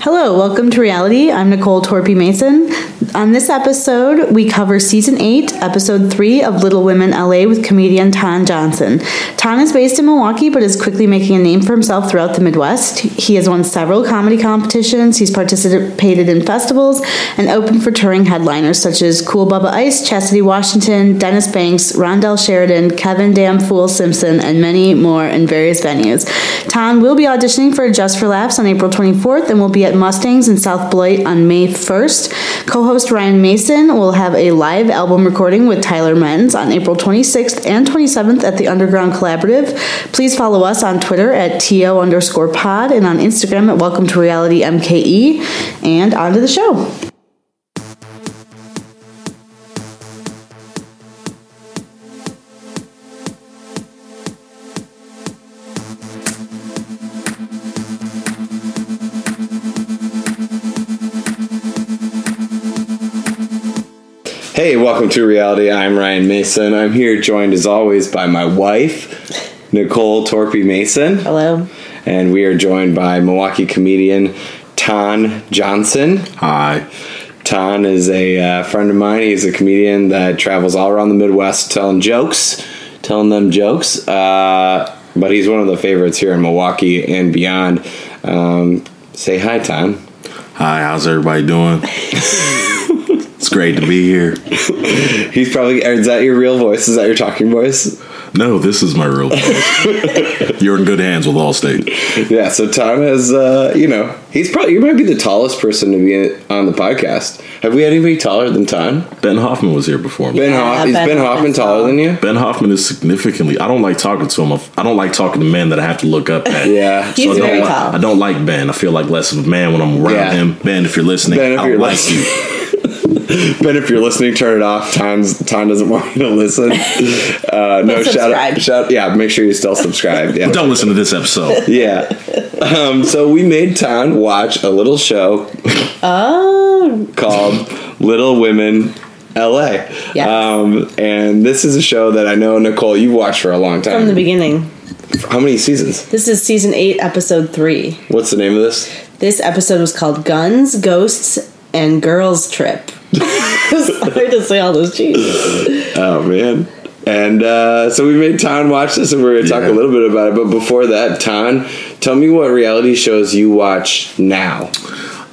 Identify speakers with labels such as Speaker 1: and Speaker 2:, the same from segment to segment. Speaker 1: Hello, welcome to Reality. I'm Nicole Torpy Mason. On this episode, we cover season 8, episode 3 of Little Women LA with comedian Tan Johnson. Tan is based in Milwaukee but is quickly making a name for himself throughout the Midwest. He has won several comedy competitions, he's participated in festivals, and opened for touring headliners such as Cool Bubba Ice, Chastity Washington, Dennis Banks, Rondell Sheridan, Kevin Damn Fool Simpson, and many more in various venues. Tan will be auditioning for Just for Laughs on April 24th and will be at Mustangs in South Blight on May 1st. Co host Ryan Mason will have a live album recording with Tyler Menz on April 26th and 27th at the Underground Collaborative. Please follow us on Twitter at TO underscore pod and on Instagram at Welcome to Reality MKE. And on to the show.
Speaker 2: Hey, welcome to Reality. I'm Ryan Mason. I'm here joined as always by my wife, Nicole Torpy Mason,
Speaker 1: Hello.
Speaker 2: and we are joined by Milwaukee comedian Ton Johnson.
Speaker 3: Hi.
Speaker 2: Ton is a uh, friend of mine. He's a comedian that travels all around the Midwest telling jokes, telling them jokes. Uh, but he's one of the favorites here in Milwaukee and beyond. Um, say hi, Ton.
Speaker 3: Hi, how's everybody doing? it's great to be here.
Speaker 2: He's probably, is that your real voice? Is that your talking voice?
Speaker 3: No, this is my real voice. You're in good hands with Allstate.
Speaker 2: Yeah, so Tom has, uh, you know, he's probably, you might be the tallest person to be on the podcast. Have we had anybody taller than Tom?
Speaker 3: Ben Hoffman was here before me.
Speaker 2: Ben, Hoff, is
Speaker 1: Ben
Speaker 2: ben Hoffman
Speaker 1: Hoffman's
Speaker 2: taller than you?
Speaker 3: Ben Hoffman is significantly. I don't like talking to him. I don't like talking to men that I have to look up at.
Speaker 2: Yeah.
Speaker 1: He's
Speaker 3: I don't
Speaker 1: very
Speaker 3: like,
Speaker 1: tall.
Speaker 3: I don't like Ben. I feel like less of a man when I'm around
Speaker 2: Yeah.
Speaker 3: him. Ben, if you're listening,
Speaker 2: Ben, if
Speaker 3: I don't
Speaker 2: you're
Speaker 3: like
Speaker 2: listening.
Speaker 3: you.
Speaker 2: Ben, if you're listening, turn it off. Tom's, Tom doesn't want you to listen. Uh, no, shout out.
Speaker 1: subscribe.
Speaker 2: Shout, yeah, make sure you're still subscribed. Yeah.
Speaker 3: Don't listen to this episode.
Speaker 2: Yeah. Um, so we made Tom watch a little show
Speaker 1: Oh,
Speaker 2: called Little Women LA.
Speaker 1: Yes.
Speaker 2: Um, and this is a show that I know, Nicole, you've watched for a long time.
Speaker 1: from the beginning.
Speaker 2: How many seasons?
Speaker 1: This is season 8, episode 3.
Speaker 2: What's the name of this?
Speaker 1: This episode was called Guns, Ghosts, and Girls Trip. Sorry to say all those cheese.
Speaker 2: Oh man. And uh, so we made Tan watch this, and we're going to talk
Speaker 3: Yeah.
Speaker 2: a little bit about it. But before that, Tan, tell me what reality shows you watch now.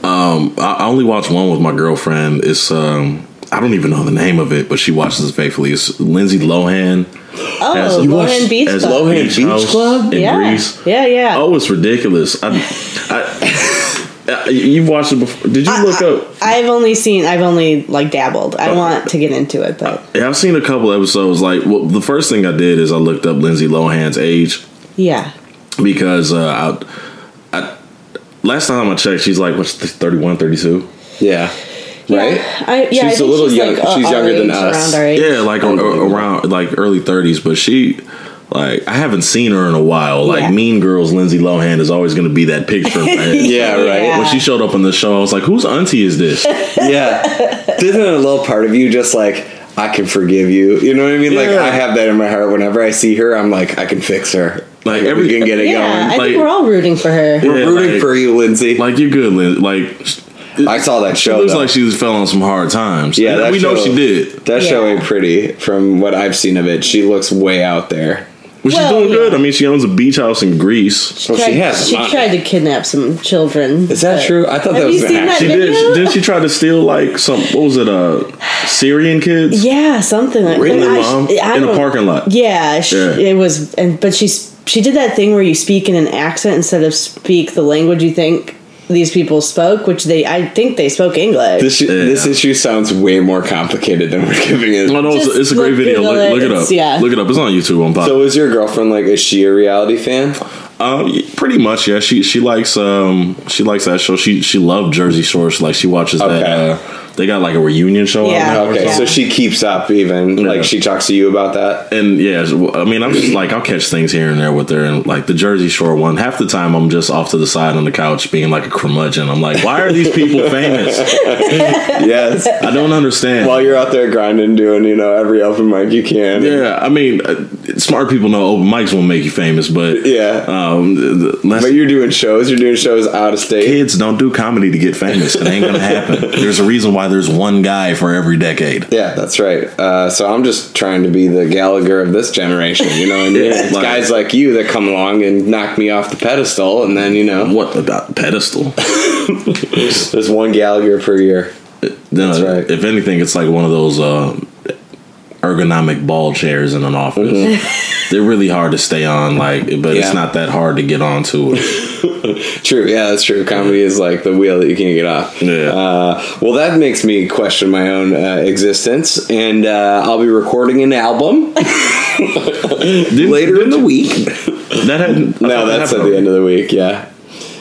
Speaker 3: Um, I I only watched one with my girlfriend. It's um, I don't even know the name of it, but she watches it faithfully. It's Lindsay Lohan.
Speaker 1: Oh,
Speaker 3: You
Speaker 1: Lohan Beach
Speaker 3: as
Speaker 1: Club.
Speaker 2: Lohan Beach
Speaker 3: House
Speaker 2: Club?
Speaker 3: in
Speaker 1: yeah.
Speaker 3: Greece.
Speaker 1: yeah, yeah,
Speaker 3: Oh, it's ridiculous. I, I, I- you've watched it before. Did you look up?
Speaker 1: I've only seen, I've only like dabbled. I want to get into it, but
Speaker 3: Yeah, I've seen a couple episodes. Like, well, the first thing I did is I looked up Lindsay Lohan's age
Speaker 1: yeah,
Speaker 3: because uh, I, I last time I checked, she's like what's this, 31, 32?
Speaker 2: Yeah. Right?
Speaker 1: I, yeah, I
Speaker 2: She's a
Speaker 1: think
Speaker 2: little
Speaker 1: she's
Speaker 2: young-
Speaker 1: Like, uh,
Speaker 2: she's
Speaker 1: our
Speaker 2: younger than
Speaker 1: age,
Speaker 2: us.
Speaker 1: Around our age.
Speaker 3: Yeah, like a, a- around like early thirties, but she like I haven't seen her in a while. Like
Speaker 1: Yeah.
Speaker 3: Mean Girls, Lindsay Lohan is always going to be that picture. in my head.
Speaker 2: Yeah, right.
Speaker 1: Yeah.
Speaker 3: When she showed up on the show, I was like, "Whose auntie is this?"
Speaker 2: Yeah. Isn't a little part of you just like, I can forgive you? You know what I mean? Like,
Speaker 3: Yeah.
Speaker 2: I have that in my heart. Whenever I see her, I'm like, I can fix her.
Speaker 3: Like,
Speaker 2: we
Speaker 3: every-
Speaker 2: can get it
Speaker 1: Yeah, I
Speaker 2: going.
Speaker 3: like-
Speaker 1: think we're all rooting for her.
Speaker 2: We're
Speaker 3: Yeah,
Speaker 2: rooting
Speaker 3: like-
Speaker 2: for you, Lindsay.
Speaker 3: Like you're good, Lynn. Like sh-
Speaker 2: I saw that
Speaker 3: she
Speaker 2: show.
Speaker 3: looks
Speaker 2: though.
Speaker 3: like she was fell on some hard times.
Speaker 2: Yeah, that
Speaker 3: we know
Speaker 2: show-
Speaker 3: she did.
Speaker 2: that show
Speaker 1: Yeah.
Speaker 2: ain't pretty from what I've seen of it. She looks way out there.
Speaker 3: But she's
Speaker 1: Well,
Speaker 3: doing
Speaker 1: yeah.
Speaker 3: good. I mean, she owns a beach house in Greece.
Speaker 2: Well, she
Speaker 1: tried,
Speaker 2: has a
Speaker 1: She
Speaker 2: lot.
Speaker 1: tried to kidnap some children.
Speaker 2: Is that
Speaker 1: but-
Speaker 2: true? I thought that
Speaker 1: Have
Speaker 2: was
Speaker 1: you
Speaker 2: an
Speaker 1: seen
Speaker 2: act.
Speaker 1: that
Speaker 3: She
Speaker 1: video?
Speaker 3: did. She, didn't she try to steal like some? What was it? Uh, Syrian kids.
Speaker 1: Yeah, something like
Speaker 3: Really,
Speaker 1: I-
Speaker 3: mom?
Speaker 1: I
Speaker 3: In a
Speaker 1: don't-
Speaker 3: parking lot.
Speaker 1: Yeah, she,
Speaker 3: Yeah.
Speaker 1: it was, and but she s- she did that thing where you speak in an accent instead of speak the language you think these people spoke, which they I think they spoke English.
Speaker 2: This, this issue sounds way more complicated than we're giving
Speaker 3: No,
Speaker 2: it.
Speaker 3: no, it's,
Speaker 1: Just
Speaker 3: a- it's a great
Speaker 1: look
Speaker 3: video.
Speaker 1: Google it.
Speaker 3: Look, look it
Speaker 1: It's-
Speaker 3: up.
Speaker 1: yeah.
Speaker 3: Look it up. It's on YouTube. On Pop.
Speaker 2: So is your girlfriend like? Is she a reality fan?
Speaker 3: Um, y- pretty much, yeah. She she likes um she likes that show. She she loved Jersey Shore. She, like she watches
Speaker 2: Okay.
Speaker 3: that. Uh, they got like a reunion show.
Speaker 1: Yeah.
Speaker 3: Yeah. Out now or
Speaker 2: Okay, so
Speaker 3: something.
Speaker 2: she keeps up. Even
Speaker 3: Yeah.
Speaker 2: like she talks to you about that.
Speaker 3: and yeah, so, I mean, I'm just like I'll catch things here and there with her, and like the Jersey Shore one. Half the time, I'm just off to the side on the couch being like a curmudgeon. I'm like, why are these people famous?
Speaker 2: yes.
Speaker 3: I don't understand.
Speaker 2: While you're out there grinding, doing you know every open mic you can.
Speaker 3: yeah, I mean, uh, smart people know open mics won't make you famous, but
Speaker 2: Yeah.
Speaker 3: um, th- th- let's
Speaker 2: But you're doing shows. You're doing shows out of state.
Speaker 3: kids don't do comedy to get famous. It ain't gonna happen. There's a reason why there's one guy for every decade.
Speaker 2: Yeah, that's right. Uh, so I'm just trying to be the Gallagher of this generation. You know, what I mean,
Speaker 3: Yeah,
Speaker 2: It's
Speaker 3: like-
Speaker 2: guys like you that come along and knock me off the pedestal, and then you know,
Speaker 3: What about pedestal?
Speaker 2: there's one Gallagher per year.
Speaker 3: No,
Speaker 2: That's right.
Speaker 3: If anything, it's like one of those uh, ergonomic ball chairs in an office. They're really hard to stay on, like, but
Speaker 2: Mm-hmm. Yeah.
Speaker 3: it's not that hard to get onto.
Speaker 2: True. Yeah, that's true. Comedy is like the wheel that you can't get off.
Speaker 3: Yeah.
Speaker 2: Uh, well, that makes me question my own uh, existence, and uh, I'll be recording an album later in the week.
Speaker 3: That had
Speaker 2: No, that's at the end of the week. Yeah.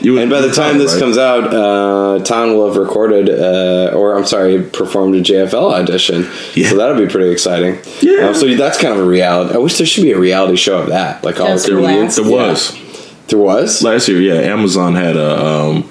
Speaker 3: You
Speaker 2: And by the time this comes out, uh, Tom will have recorded, uh, or I'm sorry, performed a JFL audition.
Speaker 3: Yeah.
Speaker 2: So that'll be pretty exciting.
Speaker 3: Yeah.
Speaker 2: Um, so that's kind of a reality. I wish there should be a reality show of that. Like all
Speaker 1: Just
Speaker 2: the
Speaker 1: relax.
Speaker 2: comedians.
Speaker 3: there
Speaker 2: Yeah.
Speaker 3: was
Speaker 2: There was.
Speaker 3: last year. Yeah, Amazon had a um,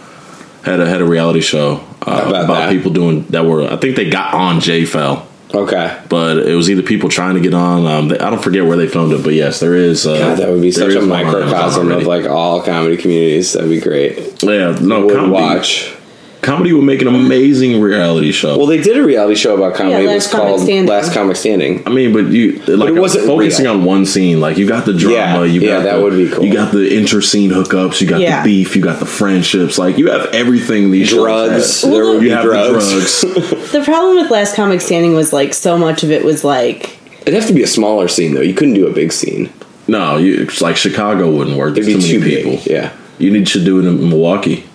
Speaker 3: had a had a reality show uh,
Speaker 2: About
Speaker 3: about,
Speaker 2: that.
Speaker 3: people doing that were. I think they got on JFL,
Speaker 2: okay.
Speaker 3: but it was either people trying to get on. Um, they, I don't forget where they filmed it, but yes, there is. Uh,
Speaker 2: God, that would be
Speaker 3: there
Speaker 2: such a
Speaker 3: is one on Amazon
Speaker 2: microcosm of
Speaker 3: already.
Speaker 2: like all comedy communities. That'd be great.
Speaker 3: yeah, no
Speaker 2: Would
Speaker 3: comedy.
Speaker 2: watch.
Speaker 3: Comedy would make an amazing reality show.
Speaker 2: Well, they did a reality show about comedy. it
Speaker 1: Last
Speaker 2: was
Speaker 1: Comic
Speaker 2: called
Speaker 1: Standing.
Speaker 2: Last Comic Standing.
Speaker 3: I mean, but you like
Speaker 2: it
Speaker 3: it
Speaker 2: wasn't
Speaker 3: wasn't focusing
Speaker 2: real.
Speaker 3: on one scene. Like you got the drama,
Speaker 2: Yeah,
Speaker 3: you got
Speaker 2: yeah, that
Speaker 3: the,
Speaker 2: would be cool.
Speaker 3: You got the inter-scene hookups, you got
Speaker 1: Yeah.
Speaker 3: the beef, you got the friendships. Like you have everything. These shows
Speaker 2: Drugs.
Speaker 3: have.
Speaker 2: There would be
Speaker 3: You have
Speaker 2: drugs.
Speaker 3: the drugs.
Speaker 4: The problem with Last Comic Standing was like so much of it was like
Speaker 2: It'd have to be a smaller scene though. You couldn't do a big scene.
Speaker 3: no, you, it's like Chicago wouldn't work.
Speaker 2: It'd
Speaker 3: There's
Speaker 2: be
Speaker 3: too
Speaker 2: too
Speaker 3: many
Speaker 2: big.
Speaker 3: people.
Speaker 2: Yeah.
Speaker 3: You need to do it in Milwaukee.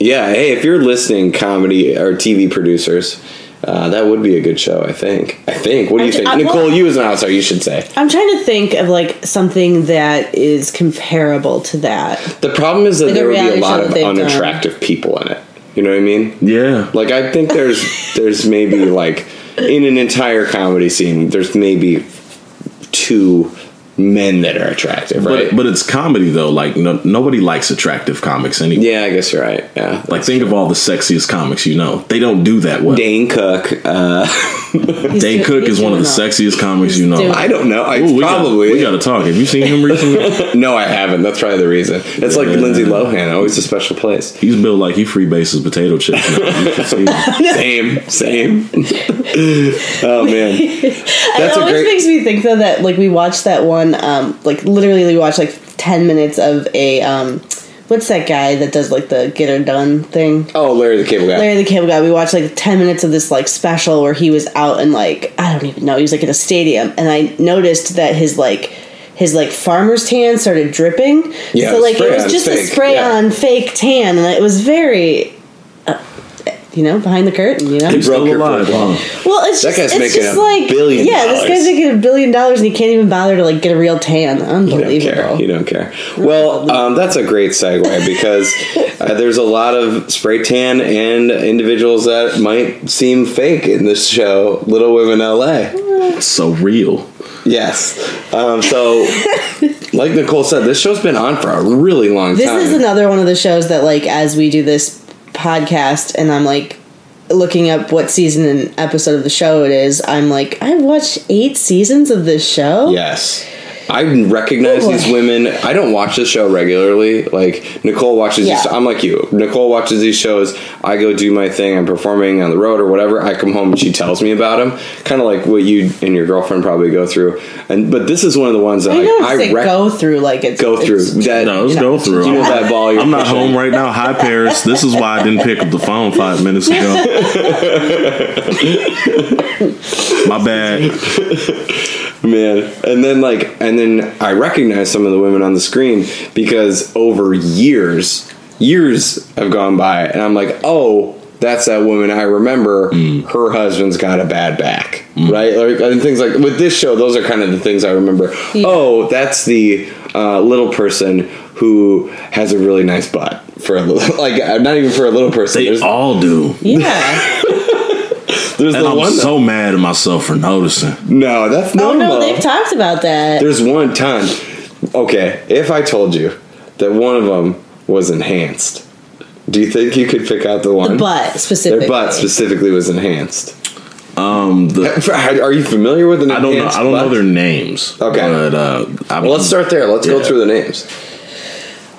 Speaker 2: Yeah, hey, if you're listening, comedy or TV producers, uh, that would be a good show. I think. I think. What do you
Speaker 4: I-
Speaker 2: think,
Speaker 4: I-
Speaker 2: Nicole?
Speaker 4: well-
Speaker 2: you as an outsider, you should say.
Speaker 4: I'm trying to think of like something that is comparable to that.
Speaker 2: The problem is that
Speaker 4: Like a
Speaker 2: there would be a
Speaker 4: reality show
Speaker 2: lot
Speaker 4: that
Speaker 2: of
Speaker 4: they've done.
Speaker 2: unattractive people in it. You know what I mean?
Speaker 3: Yeah,
Speaker 2: Like, I think there's there's maybe like in an entire comedy scene, there's maybe two men that are attractive,
Speaker 3: but
Speaker 2: right?
Speaker 3: but it's comedy though. Like no, nobody likes attractive comics anyway.
Speaker 2: yeah, I guess you're right. Yeah,
Speaker 3: Like think of all the sexiest comics you know. They don't do that well. Dane,
Speaker 2: Dane Cook. Uh,
Speaker 4: doing-
Speaker 3: Cook
Speaker 4: he's
Speaker 3: is one of the
Speaker 4: doing all-
Speaker 3: sexiest comics you know.
Speaker 4: doing-
Speaker 2: I don't know. I
Speaker 3: Ooh, we gotta-
Speaker 2: probably
Speaker 3: we got to talk. Have you seen him recently?
Speaker 2: no, I haven't. That's probably the reason. It's like
Speaker 3: Yeah.
Speaker 2: Lindsay Lohan. Always a special place.
Speaker 3: He's built like he freebases potato chips. now. You should see him.
Speaker 2: same, same. oh man, that's
Speaker 4: it
Speaker 2: a
Speaker 4: always
Speaker 2: great.
Speaker 4: makes me think though that like we watched that one, um, like literally we watched like ten minutes of a um, what's that guy that does like the get her done thing.
Speaker 2: oh, Larry the Cable Guy.
Speaker 4: Larry the Cable Guy. We watched like ten minutes of this like special where he was out and like I don't even know he was like in a stadium, and I noticed that his like his like farmer's tan started dripping.
Speaker 2: Yeah, it was
Speaker 4: so like
Speaker 2: spray
Speaker 4: it was
Speaker 2: on,
Speaker 4: just
Speaker 2: fake,
Speaker 4: a spray
Speaker 2: yeah.
Speaker 4: on fake tan, and it was very. Uh, you know, behind the curtain. You know,
Speaker 3: He's
Speaker 2: broke
Speaker 3: still
Speaker 2: your
Speaker 3: alive.
Speaker 2: fourth wall.
Speaker 3: huh?
Speaker 4: well, it's
Speaker 2: That
Speaker 4: just,
Speaker 2: guy's
Speaker 4: it's
Speaker 2: making
Speaker 4: just
Speaker 2: a
Speaker 4: like
Speaker 2: billion
Speaker 4: yeah,
Speaker 2: dollars.
Speaker 4: this guy's making a billion dollars and he can't even bother to like get a real tan.
Speaker 2: You don't care.
Speaker 4: Unbelievable.
Speaker 2: You don't care. Well, um, that's a great segue because uh, there's a lot of spray tan and individuals that might seem fake in this show, Little Women LA.
Speaker 3: It's so real.
Speaker 2: Yes. Um, so, like Nicole said, this show's been on for a really long
Speaker 4: This
Speaker 2: time.
Speaker 4: is another one of the shows that like as we do this podcast and I'm like looking up what season and episode of the show it is, I'm like I've watched 8 seasons of this show.
Speaker 2: Yes. I recognize
Speaker 4: Ooh.
Speaker 2: these women. I don't watch the show regularly. Like Nicole watches these.
Speaker 4: Yeah.
Speaker 2: I'm like you. Nicole watches these shows. I go do my thing. I'm performing on the road or whatever. I come home and she tells me about them. Kind of like what you and your girlfriend probably go through. And but this is one of the ones that
Speaker 4: I
Speaker 2: like,
Speaker 4: know
Speaker 2: I
Speaker 4: it's like
Speaker 2: rec- go,
Speaker 4: go through like it's
Speaker 2: through.
Speaker 4: it's-
Speaker 2: That
Speaker 3: No, let's
Speaker 4: Yeah.
Speaker 3: go through.
Speaker 2: you know
Speaker 3: I'm,
Speaker 2: that volume.
Speaker 3: I'm not home right now. Hi, Paris. This is why I didn't pick up the phone five minutes ago. My bad.
Speaker 2: man and then like and then i recognize some of the women on the screen because over years years have gone by and i'm like oh that's that woman i remember
Speaker 3: Mm.
Speaker 2: her husband's got a bad back right like, and things like with this show those are kind of the things i remember oh that's the uh, little person who has a really nice butt for a little like uh, not even for a little person
Speaker 3: They
Speaker 2: there's,
Speaker 3: all do.
Speaker 4: Yeah.
Speaker 2: there's
Speaker 3: And
Speaker 2: the
Speaker 3: I'm
Speaker 2: one
Speaker 3: so mad at myself for noticing.
Speaker 2: no that's
Speaker 4: oh
Speaker 2: normal
Speaker 4: no, they've talked about that.
Speaker 2: There's one time. Okay, if I told you that one of them was enhanced, do you think you could pick out the one?
Speaker 4: But
Speaker 2: Their
Speaker 4: specifically.
Speaker 2: butt specifically was enhanced.
Speaker 3: Um, the,
Speaker 2: Are you familiar with the?
Speaker 3: I don't know. I don't know their names.
Speaker 2: Okay.
Speaker 3: but uh, I
Speaker 2: Well, let's start there. Let's go
Speaker 3: Yeah.
Speaker 2: through the names.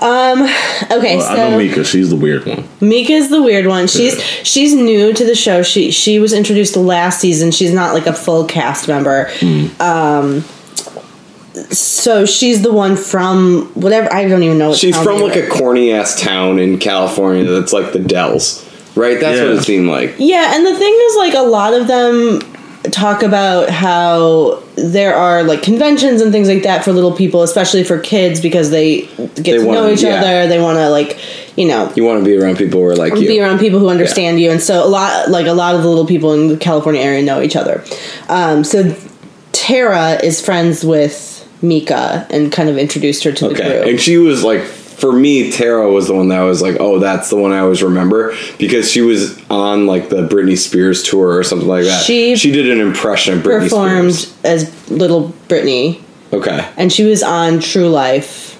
Speaker 4: Um, Okay,
Speaker 3: Well,
Speaker 4: so
Speaker 3: I know Mika. She's the weird one.
Speaker 4: Mika's the weird one. She's she's new to the show. She she was introduced last season. She's not like a full cast member.
Speaker 2: Hmm.
Speaker 4: Um, so she's the one from whatever I don't even know. What
Speaker 2: She's
Speaker 4: town
Speaker 2: from
Speaker 4: they
Speaker 2: like
Speaker 4: were.
Speaker 2: a corny ass town in California that's like the Dells, right? That's what
Speaker 3: Yeah.
Speaker 2: it seemed like.
Speaker 4: Yeah, and the thing is, like, a lot of them talk about how there are like conventions and things like that for little people, especially for kids, because they get to
Speaker 2: wanna-
Speaker 4: know each
Speaker 2: yeah.
Speaker 4: other. They want to like, you know.
Speaker 2: You want to be around people who are like you.
Speaker 4: be around people who understand you and so a lot like a lot of the little people in the california area know each other um, so tara is friends with mika and kind of introduced her to the
Speaker 2: Okay.
Speaker 4: group
Speaker 2: And she was like, for me, Tara was the one that I was like, oh, that's the one I always remember because she was on like the Britney Spears tour or something like that.
Speaker 4: She
Speaker 2: she did an impression of Britney
Speaker 4: performed
Speaker 2: Spears.
Speaker 4: as little brittany
Speaker 2: Okay.
Speaker 4: and she was on true life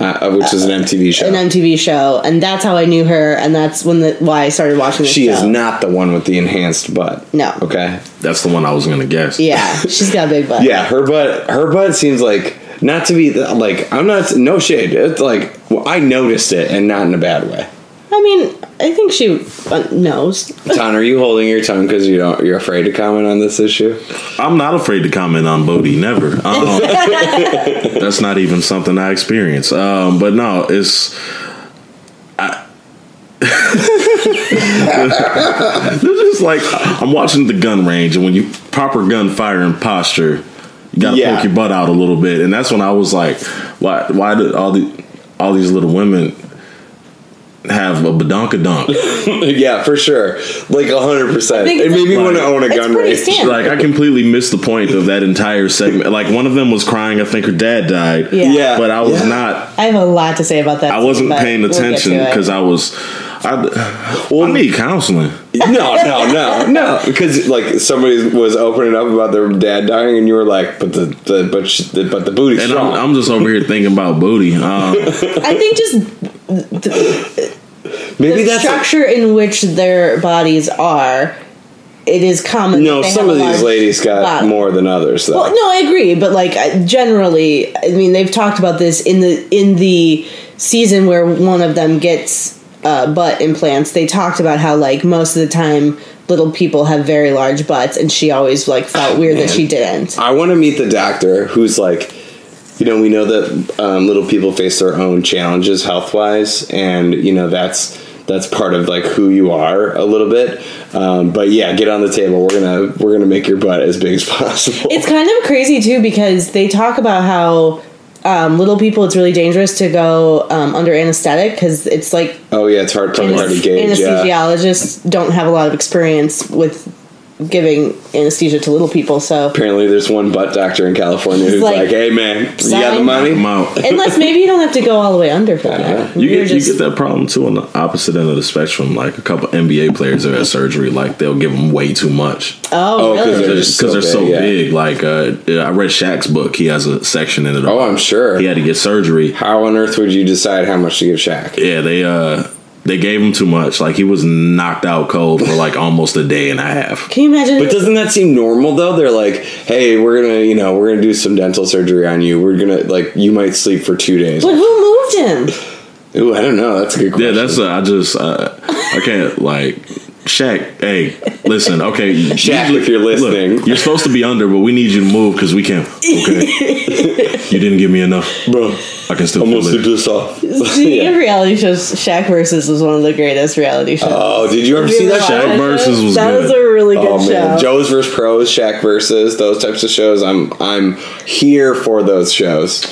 Speaker 2: Uh, which is an MTV show.
Speaker 4: an MTV show, and that's how I knew her, and that's when the why I started watching. This
Speaker 2: she
Speaker 4: show.
Speaker 2: is not the one with the enhanced butt.
Speaker 4: No.
Speaker 2: Okay.
Speaker 3: That's the one I was gonna guess.
Speaker 4: Yeah, she's got a big butt.
Speaker 2: Yeah, her butt. Her butt seems like not to be the- like. I'm not. No shade. It's like well, I noticed it, and not in a bad way.
Speaker 4: I mean, I think she uh, knows.
Speaker 2: Ton, are you holding your tongue because you don't? You're afraid to comment on this issue.
Speaker 3: I'm not afraid to comment on Bodhi. Never. Um, that's not even something I experience. Um, but no, it's. I, this is like I'm watching the gun range, and when you proper gun firing posture, you gotta
Speaker 2: Yeah.
Speaker 3: poke your butt out a little bit, and that's when I was like, why? Why did all the all these little women have a badonkadonk?
Speaker 2: yeah, for sure. Like hundred percent.
Speaker 4: think
Speaker 2: It
Speaker 4: it's
Speaker 2: made me
Speaker 3: like-
Speaker 2: want to own a
Speaker 4: It's
Speaker 2: gun
Speaker 4: pretty
Speaker 2: range.
Speaker 4: standard.
Speaker 3: like I completely missed the point of that entire segment. Like one of them was crying. I think her dad died.
Speaker 4: Yeah.
Speaker 2: Yeah,
Speaker 3: but I was
Speaker 2: Yeah.
Speaker 3: not.
Speaker 4: I have a lot to say about that.
Speaker 3: I wasn't
Speaker 4: but
Speaker 3: paying
Speaker 4: we'll get
Speaker 3: attention
Speaker 4: to it.
Speaker 3: because I was. I, well, I need counseling.
Speaker 2: No, no, no, no. Because like somebody was opening up about their dad dying, and you were like, "But the, the but sh- the, but the booty's
Speaker 3: And
Speaker 2: strong."
Speaker 3: I'm, I'm just over here thinking about booty. Um,
Speaker 4: I think just
Speaker 2: Maybe
Speaker 4: the
Speaker 2: that's
Speaker 4: structure in which their bodies are. It is common.
Speaker 2: no.
Speaker 4: that they
Speaker 2: Some
Speaker 4: have
Speaker 2: of
Speaker 4: a
Speaker 2: these
Speaker 4: large
Speaker 2: ladies got
Speaker 4: body.
Speaker 2: more than others. Though.
Speaker 4: Well, no, I agree, but like I- generally, I mean, they've talked about this in the in the season where one of them gets uh, butt implants. They talked about how like most of the time little people have very large butts, and she always like felt weird that she didn't.
Speaker 2: I want to meet the doctor who's like, you know, we know that um, little people face their own challenges health wise, and you know that's that's part of like who you are a little bit. Um, but yeah, get on the table. We're gonna we're gonna make your butt as big as possible.
Speaker 4: It's kind of crazy too because they talk about how um, little people it's really dangerous to go um, under anesthetic because it's like
Speaker 2: oh yeah, it's hard probably hard to gauge. Yeah.
Speaker 4: anesthesiologists don't have a lot of experience with giving anesthesia to little people, so.
Speaker 2: Apparently, there's one butt doctor in California who's like,
Speaker 4: like,
Speaker 2: "Hey man, you got the
Speaker 4: sign-
Speaker 3: I'm
Speaker 2: money?
Speaker 3: out.
Speaker 4: Unless maybe you don't have to go all the way under for that.
Speaker 3: You
Speaker 4: You're
Speaker 3: get,
Speaker 4: just-
Speaker 3: you get that problem too on the opposite end of the spectrum. Like a couple NBA players that have surgery, like they'll give them way too much.
Speaker 4: Oh,
Speaker 2: Oh, 'cause
Speaker 4: really?
Speaker 2: they're
Speaker 3: because
Speaker 2: so
Speaker 3: they're so
Speaker 2: big, yeah.
Speaker 3: big. Like uh, I read Shaq's book; he has a section in it.
Speaker 2: Oh, I'm sure.
Speaker 3: he had to get surgery.
Speaker 2: How on earth would you decide how much to give Shaq?
Speaker 3: Yeah, they uh they gave him too much. Like he was knocked out cold for like almost a day and a half.
Speaker 4: Can you imagine?
Speaker 2: But doesn't that seem normal though? They're like, "Hey, we're gonna, you know, we're gonna do some dental surgery on you. We're gonna, like, you might sleep for two days."
Speaker 4: but who moved him?
Speaker 2: Ooh, I don't know. That's a good
Speaker 3: Yeah,
Speaker 2: question.
Speaker 3: that's uh, I just uh, I can't like Shaq. Hey, listen, okay,
Speaker 2: Shaq,
Speaker 3: you-
Speaker 2: if you're listening.
Speaker 3: you're supposed to be under, but we need you to move because we can't. Okay, you didn't give me enough.
Speaker 2: bro.
Speaker 3: I can still
Speaker 2: I'm gonna
Speaker 3: feel
Speaker 2: sleep
Speaker 3: it.
Speaker 2: this off.
Speaker 4: Speaking of reality shows, Shaq versus was one of the greatest reality shows.
Speaker 2: Oh, did you ever see that
Speaker 4: Have you
Speaker 2: show?
Speaker 4: ever
Speaker 3: Shaq
Speaker 4: watched
Speaker 3: versus
Speaker 4: it?
Speaker 3: was
Speaker 4: that
Speaker 3: good.
Speaker 4: was a really good
Speaker 2: Oh man,
Speaker 4: show.
Speaker 2: Joe's versus Pros, Shaq versus those types of shows. I'm I'm here for those shows.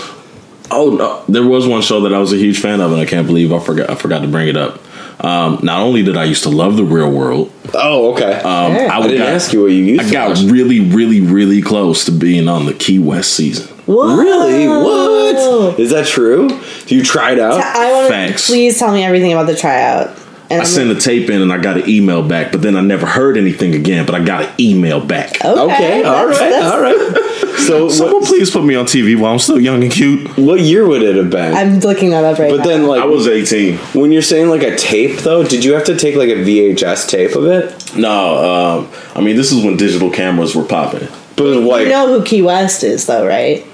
Speaker 3: Oh no, there was one show that I was a huge fan of, and I can't believe I forgot I forgot to bring it up. Um, not only did I used to love the Real World,
Speaker 2: Oh, okay.
Speaker 3: um,
Speaker 4: Sure.
Speaker 2: I didn't
Speaker 3: got-
Speaker 2: ask you what you used.
Speaker 3: I
Speaker 2: to
Speaker 3: got
Speaker 2: watch.
Speaker 3: really, really, really close to being on the Key West season.
Speaker 4: Whoa.
Speaker 2: really
Speaker 4: Oh.
Speaker 2: what is that true? Do you try it out?
Speaker 4: I want to
Speaker 3: Facts.
Speaker 4: please tell me everything about the tryout. And
Speaker 3: I
Speaker 4: I'm
Speaker 3: sent the tape in and I got an email back, but then I never heard anything again. But I got an email back.
Speaker 4: like,
Speaker 2: Okay, all right,
Speaker 4: that's-
Speaker 2: all right. So
Speaker 3: Someone
Speaker 2: what,
Speaker 3: please put me on TV while I'm still young and cute.
Speaker 2: what year would it have been?
Speaker 4: I'm looking that up right
Speaker 2: but
Speaker 4: now.
Speaker 2: then, like,
Speaker 3: I was 18.
Speaker 2: when you're saying like a tape, though, did you have to take like a VHS tape of it?
Speaker 3: No, um, I mean this is when digital cameras were popping.
Speaker 2: But like,
Speaker 4: you know who Key West is, though, right?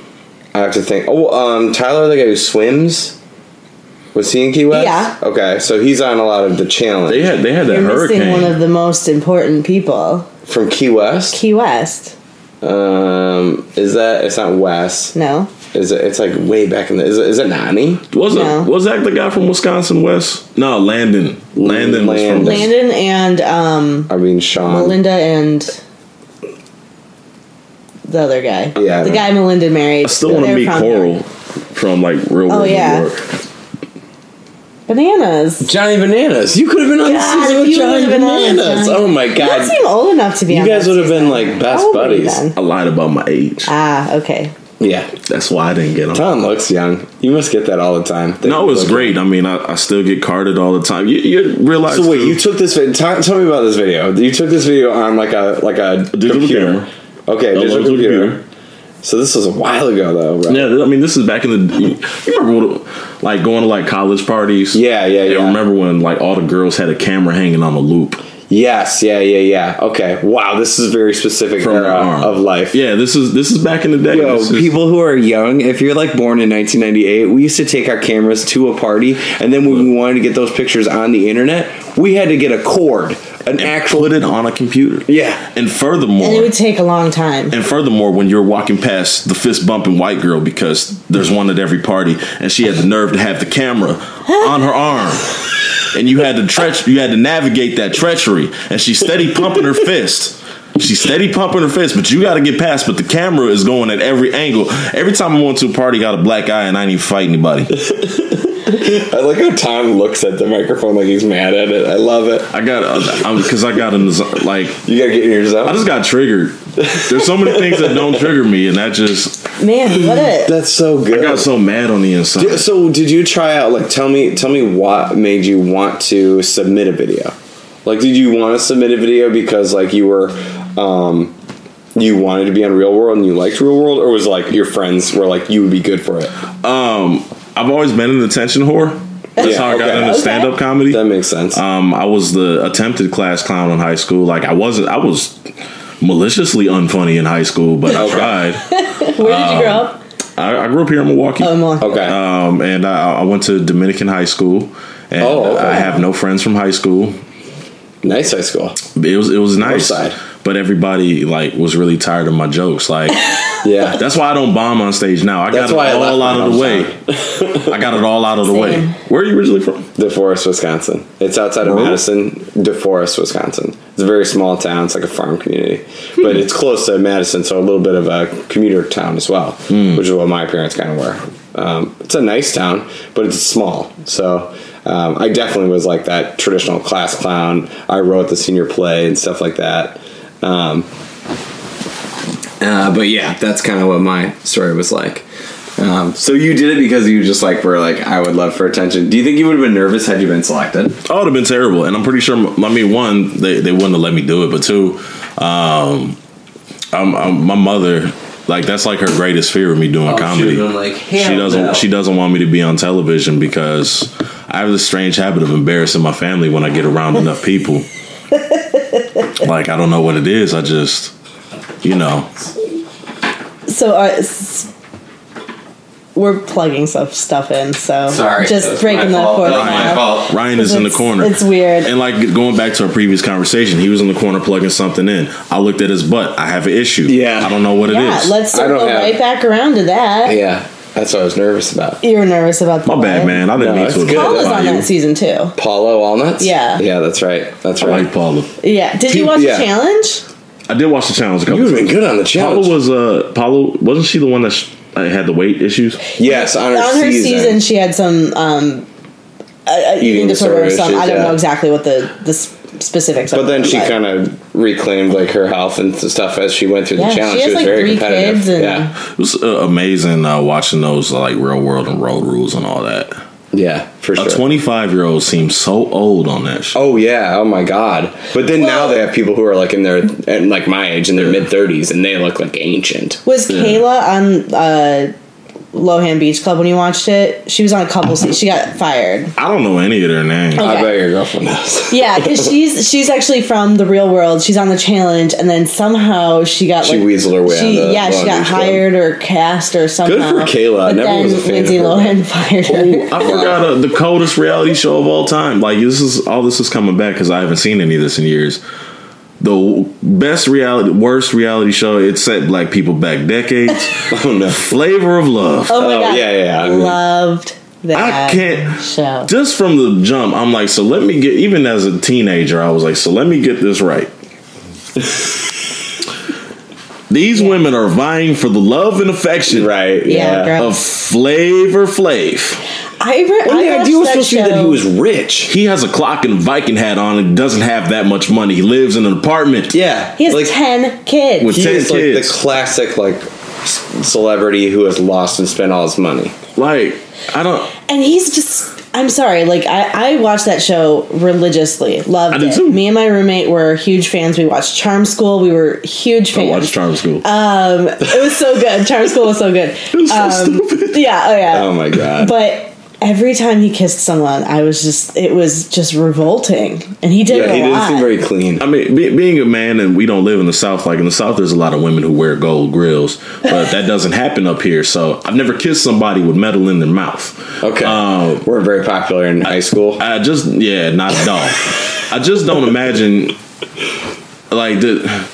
Speaker 2: I have to think. Oh, um, Tyler, the guy who swims, was he in Key West?
Speaker 4: Yeah.
Speaker 2: Okay, so he's on a lot of the challenge
Speaker 3: They had they had that
Speaker 4: You're missing
Speaker 3: hurricane.
Speaker 4: one of the most important people.
Speaker 2: from Key West.
Speaker 4: Key West.
Speaker 2: Um, is that? It's not West.
Speaker 4: No.
Speaker 2: Is it? It's like way back in the. Is it, is it Nani?
Speaker 3: was it
Speaker 4: No.
Speaker 3: was that the guy from Wisconsin West? No, Landon. Landon, was from
Speaker 2: Landon.
Speaker 4: Landon and um,
Speaker 2: I mean Sean.
Speaker 4: Melinda and the other guy.
Speaker 2: Yeah, I
Speaker 4: The
Speaker 2: don't-
Speaker 4: guy Melinda married.
Speaker 3: I still want to meet Coral from like real world
Speaker 4: Oh, yeah.
Speaker 3: New York.
Speaker 4: Bananas.
Speaker 2: Johnny Bananas. You could have been on
Speaker 4: God,
Speaker 2: the season
Speaker 4: if
Speaker 2: with
Speaker 4: you
Speaker 2: Johnny
Speaker 4: would've been on with
Speaker 2: Bananas.
Speaker 4: Johnny-
Speaker 2: Oh my
Speaker 4: You don't
Speaker 2: god.
Speaker 4: seem old enough to be
Speaker 2: You
Speaker 4: on
Speaker 2: guys
Speaker 4: that
Speaker 2: would have been
Speaker 4: season.
Speaker 2: like
Speaker 4: How
Speaker 2: best
Speaker 4: old were you
Speaker 2: buddies.
Speaker 4: then?
Speaker 3: I lied about my age.
Speaker 4: Ah, okay.
Speaker 2: Yeah.
Speaker 3: That's why I didn't get on.
Speaker 2: Tom looks young. You must get that all the time. They
Speaker 3: No, it's
Speaker 2: look-
Speaker 3: great. I mean, I, I still get carded all the time. You, you realize?
Speaker 2: So wait,
Speaker 3: too-
Speaker 2: you took this video. Tell, tell me about this video. You took this video on like a like a
Speaker 3: digital camera.
Speaker 2: Okay,
Speaker 3: A
Speaker 2: digital
Speaker 3: local
Speaker 2: computer. So this was a while ago though, right?
Speaker 3: Yeah, I mean, this is back in the. You remember what, like going to like college parties?
Speaker 2: Yeah, yeah,
Speaker 3: And
Speaker 2: yeah.
Speaker 3: remember when like all the girls had a camera hanging on a loop?
Speaker 2: Yes, yeah, yeah, yeah. Okay. Wow, this is a very specific
Speaker 3: From
Speaker 2: era
Speaker 3: the arm.
Speaker 2: of life.
Speaker 3: Yeah, this is this is back in the day.
Speaker 2: Yo,
Speaker 3: This is-
Speaker 2: people who are young, if you're like born in 1998, we used to take our cameras to a party, and then when we wanted to get those pictures on the internet, we had to get a cord, an actual.
Speaker 3: put it on a computer.
Speaker 2: Yeah.
Speaker 3: and furthermore,
Speaker 4: And it would take a long time.
Speaker 3: And furthermore, when you're walking past the fist bumping white girl because there's one at every party, and she had the nerve to have the camera on her arm, and you had to treach- you had to navigate that treachery, and she's steady pumping her fist. She's steady pumping her fist, but you got to get past. But the camera is going at every angle. Every time I went to a party, got a black eye, and I didn't even fight anybody.
Speaker 2: I like how Tom looks at the microphone like he's mad at it. I love it.
Speaker 3: I got because I got in the zo- like
Speaker 2: You gotta get in your zone.
Speaker 3: I just got triggered. There's so many things that don't trigger me, and that just
Speaker 4: Man, what a.
Speaker 2: That's so
Speaker 3: I
Speaker 2: good.
Speaker 3: got so mad on the inside.
Speaker 2: Yeah, so did you try out like tell me tell me what made you want to submit a video like did you want to submit a video because like you were um you wanted to be on real world and you liked real world or was like your friends were like you would be good for it
Speaker 3: Um, I've always been an attention whore. That's
Speaker 2: Yeah,
Speaker 3: how I got
Speaker 2: okay.
Speaker 3: into
Speaker 2: Okay.
Speaker 3: stand up comedy.
Speaker 2: that makes sense
Speaker 3: Um, I was the attempted class clown in high school. Like I wasn't. I was maliciously unfunny in high school, but I
Speaker 2: Okay.
Speaker 3: tried.
Speaker 4: Where did you grow up?
Speaker 3: I, I grew up here in Milwaukee.
Speaker 4: Oh, Milwaukee.
Speaker 2: Um, okay
Speaker 3: Um, and I, I went to Dominican high school, and
Speaker 2: Oh, okay.
Speaker 3: I have no friends from high school.
Speaker 2: nice high school
Speaker 3: It was it was nice,
Speaker 2: side.
Speaker 3: but everybody like was really tired of my jokes. Like
Speaker 2: yeah
Speaker 3: that's why I don't bomb on stage now. I
Speaker 2: That's
Speaker 3: got
Speaker 2: why I
Speaker 3: it all
Speaker 2: left
Speaker 3: out of the way. I got it all out of the way.
Speaker 4: Same.
Speaker 3: Where are you originally from?
Speaker 2: DeForest Wisconsin it's outside of
Speaker 3: Where?
Speaker 2: Madison DeForest Wisconsin it's a very small town it's like a farm community but it's close to Madison so a little bit of a commuter town as well which is what my parents kind of were um, it's a nice town but it's small so um, I definitely was like that traditional class clown I wrote the senior play and stuff like that um, uh, but yeah that's kind of what my story was like um, so you did it because you just like were like I would love for attention. Do you think you would have been nervous had you been selected?
Speaker 3: Oh, it would have been terrible. And I'm pretty sure, I mean, one, they, they wouldn't have let me do it, but two, um, I'm, I'm, my mother, like, that's like her greatest fear of me doing
Speaker 4: Oh,
Speaker 3: comedy.
Speaker 2: should've been like,
Speaker 3: she
Speaker 2: "Hell
Speaker 3: doesn't
Speaker 2: no."
Speaker 3: she doesn't want me to be on television because I have this strange habit of embarrassing my family when I get around enough people. like, I don't know what it is. I just, you know,
Speaker 4: So, uh, s- we're plugging some stuff in, so.
Speaker 2: Sorry, that
Speaker 4: Just
Speaker 2: was
Speaker 4: breaking
Speaker 2: my
Speaker 4: that
Speaker 2: fault.
Speaker 4: fourth
Speaker 2: That was my
Speaker 4: wall.
Speaker 2: fault.
Speaker 3: Ryan is in the
Speaker 4: It's-
Speaker 3: corner.
Speaker 4: it's weird.
Speaker 3: And like going back to our previous conversation, he was in the corner plugging something in. I looked at his butt. I have an issue.
Speaker 2: Yeah.
Speaker 3: I don't know what
Speaker 4: Yeah,
Speaker 3: it is.
Speaker 4: let's
Speaker 2: I don't
Speaker 4: circle
Speaker 2: have-
Speaker 4: right back around to that.
Speaker 2: Yeah, that's what I was nervous about.
Speaker 4: You were nervous about the
Speaker 3: My bad,
Speaker 4: live.
Speaker 3: man. I didn't
Speaker 2: No,
Speaker 3: mean
Speaker 2: it's
Speaker 3: to
Speaker 2: good.
Speaker 3: offend
Speaker 4: Paul was on
Speaker 3: you.
Speaker 4: that season too.
Speaker 2: Paula Walnuts.
Speaker 4: Yeah.
Speaker 2: yeah, that's right. That's
Speaker 3: I
Speaker 2: right.
Speaker 3: like Paula.
Speaker 4: Yeah. Did you
Speaker 2: Pe-
Speaker 4: watch
Speaker 2: yeah.
Speaker 4: the challenge?
Speaker 3: I did watch the challenge. A
Speaker 2: You
Speaker 3: couple
Speaker 2: would have
Speaker 3: times.
Speaker 2: been good on the challenge.
Speaker 3: Paula was uh Paula wasn't she the one that sh- like, had the weight issues?
Speaker 2: yes, on her,
Speaker 4: on her
Speaker 2: season.
Speaker 4: season, she had some um, uh, uh,
Speaker 2: Eating
Speaker 4: eating disorder or
Speaker 2: disorder
Speaker 4: something. I
Speaker 2: issues,
Speaker 4: don't
Speaker 2: yeah.
Speaker 4: know exactly what the the s- specifics.
Speaker 2: But then she kind of reclaimed like her health and stuff as she went through
Speaker 4: Yeah,
Speaker 2: the
Speaker 4: she
Speaker 2: challenge. She,
Speaker 4: has,
Speaker 2: was
Speaker 4: like,
Speaker 2: very
Speaker 4: three
Speaker 2: competitive.
Speaker 4: kids and-
Speaker 2: yeah,
Speaker 3: It was uh, amazing uh, watching those like real world and road rules and all that.
Speaker 2: Yeah, for sure.
Speaker 3: A 25 year old seems so old on that shit.
Speaker 2: Oh yeah, oh my god. But then now
Speaker 4: Well- Mm.
Speaker 2: they have people who are like in their and like my age in their mid thirties and they look like ancient.
Speaker 4: Was Kayla on uh, Lohan Beach Club when you watched it? She was on a couple. Se- she got fired.
Speaker 3: I don't know any of their names.
Speaker 2: I
Speaker 4: Okay.
Speaker 2: bet your girlfriend knows.
Speaker 4: Yeah, because she's she's actually from the real world. She's on the challenge, and then somehow she got
Speaker 2: She
Speaker 4: like,
Speaker 2: weaseled her way
Speaker 4: She,
Speaker 2: out of the
Speaker 4: yeah, she
Speaker 2: Lohan
Speaker 4: got
Speaker 2: Beach Club.
Speaker 4: hired or cast or something.
Speaker 2: Kayla. I
Speaker 4: But
Speaker 2: never
Speaker 4: then
Speaker 2: was a fan
Speaker 4: Lindsay
Speaker 2: of her.
Speaker 4: Lohan fired her.
Speaker 3: Oh, I forgot uh, the coldest reality show of all time. Like this is all this is coming back because I haven't seen any of this in years. The best reality, worst reality show. It set black people back decades.
Speaker 2: Oh no.
Speaker 3: Flavor of Love.
Speaker 4: Oh my
Speaker 2: Oh,
Speaker 4: god!
Speaker 2: yeah, yeah, yeah, I mean-
Speaker 4: loved that.
Speaker 3: I can't.
Speaker 4: show.
Speaker 3: Just from the jump, I'm like, so let me get. Even as a teenager, I was like, so let me get this right. These women are vying for the love and affection
Speaker 2: Right.
Speaker 4: Yeah,
Speaker 2: Yeah.
Speaker 4: girl.
Speaker 3: of Flavor Flav.
Speaker 4: I re-
Speaker 2: Well, the
Speaker 4: I
Speaker 2: idea was
Speaker 4: watched
Speaker 2: supposed to be that he
Speaker 4: show.
Speaker 2: was rich.
Speaker 3: He has a clock and Viking hat on and doesn't have that much money. He lives in an apartment.
Speaker 2: Yeah.
Speaker 4: He has
Speaker 2: like
Speaker 4: ten kids.
Speaker 3: With-
Speaker 2: he
Speaker 3: 10
Speaker 2: is like the
Speaker 3: kids.
Speaker 2: classic like c- celebrity who has lost and spent all his money.
Speaker 3: Like, I don't.
Speaker 4: and he's just I'm sorry, like I, I watched that show religiously. Loved
Speaker 3: I did
Speaker 4: it.
Speaker 3: too.
Speaker 4: Me and my roommate were huge fans. We watched Charm School. We were huge
Speaker 3: I
Speaker 4: fans.
Speaker 3: watch Charm School.
Speaker 4: Um, it was so good. Charm School was so good.
Speaker 3: was so
Speaker 4: um, Yeah, oh yeah.
Speaker 2: Oh my god.
Speaker 4: But every time he kissed someone, I was just it was just revolting. And he did
Speaker 2: yeah,
Speaker 4: it a
Speaker 2: he didn't
Speaker 4: lot.
Speaker 2: seem very clean.
Speaker 3: I mean, be, being a man and we don't live in the South, like in the South, there's a lot of women who wear gold grills, but that doesn't happen up here. So I've never kissed somebody with metal in their mouth.
Speaker 2: Okay.
Speaker 3: Um,
Speaker 2: We're very popular in high school.
Speaker 3: I just, yeah, not at all. I just don't imagine, like, the,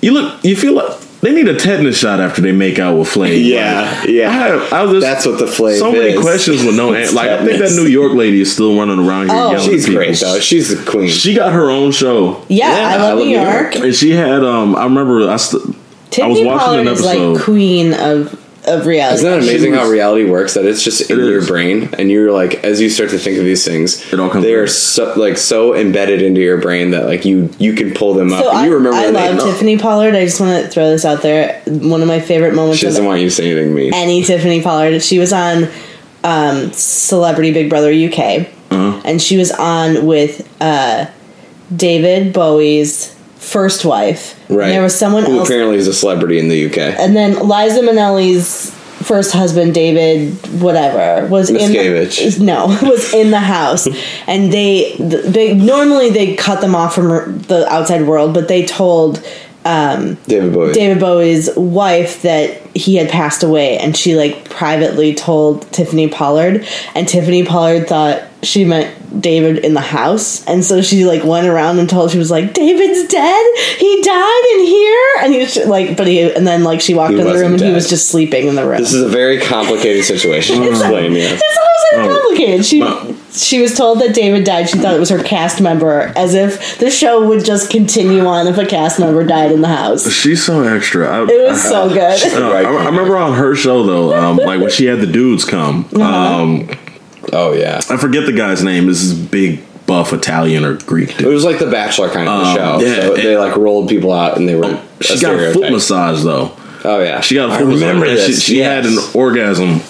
Speaker 3: you look, you feel like they need a tetanus shot after they make out with Flay.
Speaker 2: yeah, yeah.
Speaker 3: I have, I was just,
Speaker 2: That's what the flame
Speaker 3: so many
Speaker 2: is.
Speaker 3: questions with no answer. Like, I think that
Speaker 2: Tetanus.
Speaker 3: New York lady is still running around here
Speaker 4: Oh.
Speaker 3: yelling
Speaker 2: She's
Speaker 3: at people.
Speaker 2: great though. She's the queen.
Speaker 3: She got her own show.
Speaker 4: yeah, I love New York.
Speaker 3: And she had um I remember I st- I was
Speaker 4: Tiffany
Speaker 3: watching
Speaker 4: Pollard
Speaker 3: an
Speaker 4: is
Speaker 3: episode.
Speaker 4: like queen of of reality.
Speaker 2: Isn't that amazing
Speaker 3: She
Speaker 2: how
Speaker 3: was-
Speaker 2: reality works? That it's just in
Speaker 3: It
Speaker 2: your
Speaker 3: is.
Speaker 2: brain, and you're like, as you start to think of these things,
Speaker 3: It all comes
Speaker 2: They
Speaker 3: back.
Speaker 2: are so, like so embedded into your brain that like you you can pull them up.
Speaker 4: So
Speaker 2: and
Speaker 4: I,
Speaker 2: uh, you remember
Speaker 4: I
Speaker 2: the
Speaker 4: love
Speaker 2: name.
Speaker 4: Tiffany Pollard. I just want to throw this out there. One of my favorite moments
Speaker 2: She
Speaker 4: of
Speaker 2: doesn't want you to say anything to me.
Speaker 4: any Tiffany Pollard. She was on um, Celebrity Big Brother UK,
Speaker 2: Mm-hmm.
Speaker 4: and she was on with uh, David Bowie's first wife. And
Speaker 2: Right.
Speaker 4: there was someone
Speaker 2: who
Speaker 4: else,
Speaker 2: apparently is a celebrity in the UK.
Speaker 4: and then Liza Minnelli's first husband, David, whatever, was
Speaker 2: Miscavige.
Speaker 4: in the, no was in the house, and they the, they normally they cut them off from the outside world, but they told.
Speaker 2: David Bowie.
Speaker 4: David Bowie's wife that he had passed away, and she like privately told Tiffany Pollard, and Tiffany Pollard thought she meant David in the house, and so she like went around and told she was like David's dead, he died in here, and he was just, like, but he, and then like she walked
Speaker 2: He
Speaker 4: in the
Speaker 2: wasn't
Speaker 4: room and he
Speaker 2: dead.
Speaker 4: was just sleeping in the room.
Speaker 2: This is a very complicated situation. Explain, yeah.
Speaker 4: That's how is that
Speaker 3: Oh.
Speaker 4: complicated? She
Speaker 3: Well-
Speaker 4: she was told that David died. She thought it was her cast member, as if the show would just continue on if a cast member died in the house.
Speaker 3: She's so extra. I,
Speaker 4: It was so
Speaker 2: Uh-huh.
Speaker 4: good.
Speaker 3: I, I, I remember on her show though, um, like when she had the dudes come.
Speaker 4: Uh-huh.
Speaker 3: Um,
Speaker 2: Oh yeah,
Speaker 3: I forget the guy's name. This is big buff Italian or Greek
Speaker 2: it
Speaker 3: dude.
Speaker 2: was like the Bachelor kind of
Speaker 3: Um,
Speaker 2: show.
Speaker 3: yeah,
Speaker 2: so
Speaker 3: it-
Speaker 2: they like rolled people out, and they were. a
Speaker 3: She got a foot
Speaker 2: stereotype.
Speaker 3: massage though.
Speaker 2: Oh yeah,
Speaker 3: She got a
Speaker 2: I
Speaker 3: foot massage.
Speaker 2: remember
Speaker 3: and
Speaker 2: this.
Speaker 3: She, she
Speaker 2: yes.
Speaker 3: had an orgasm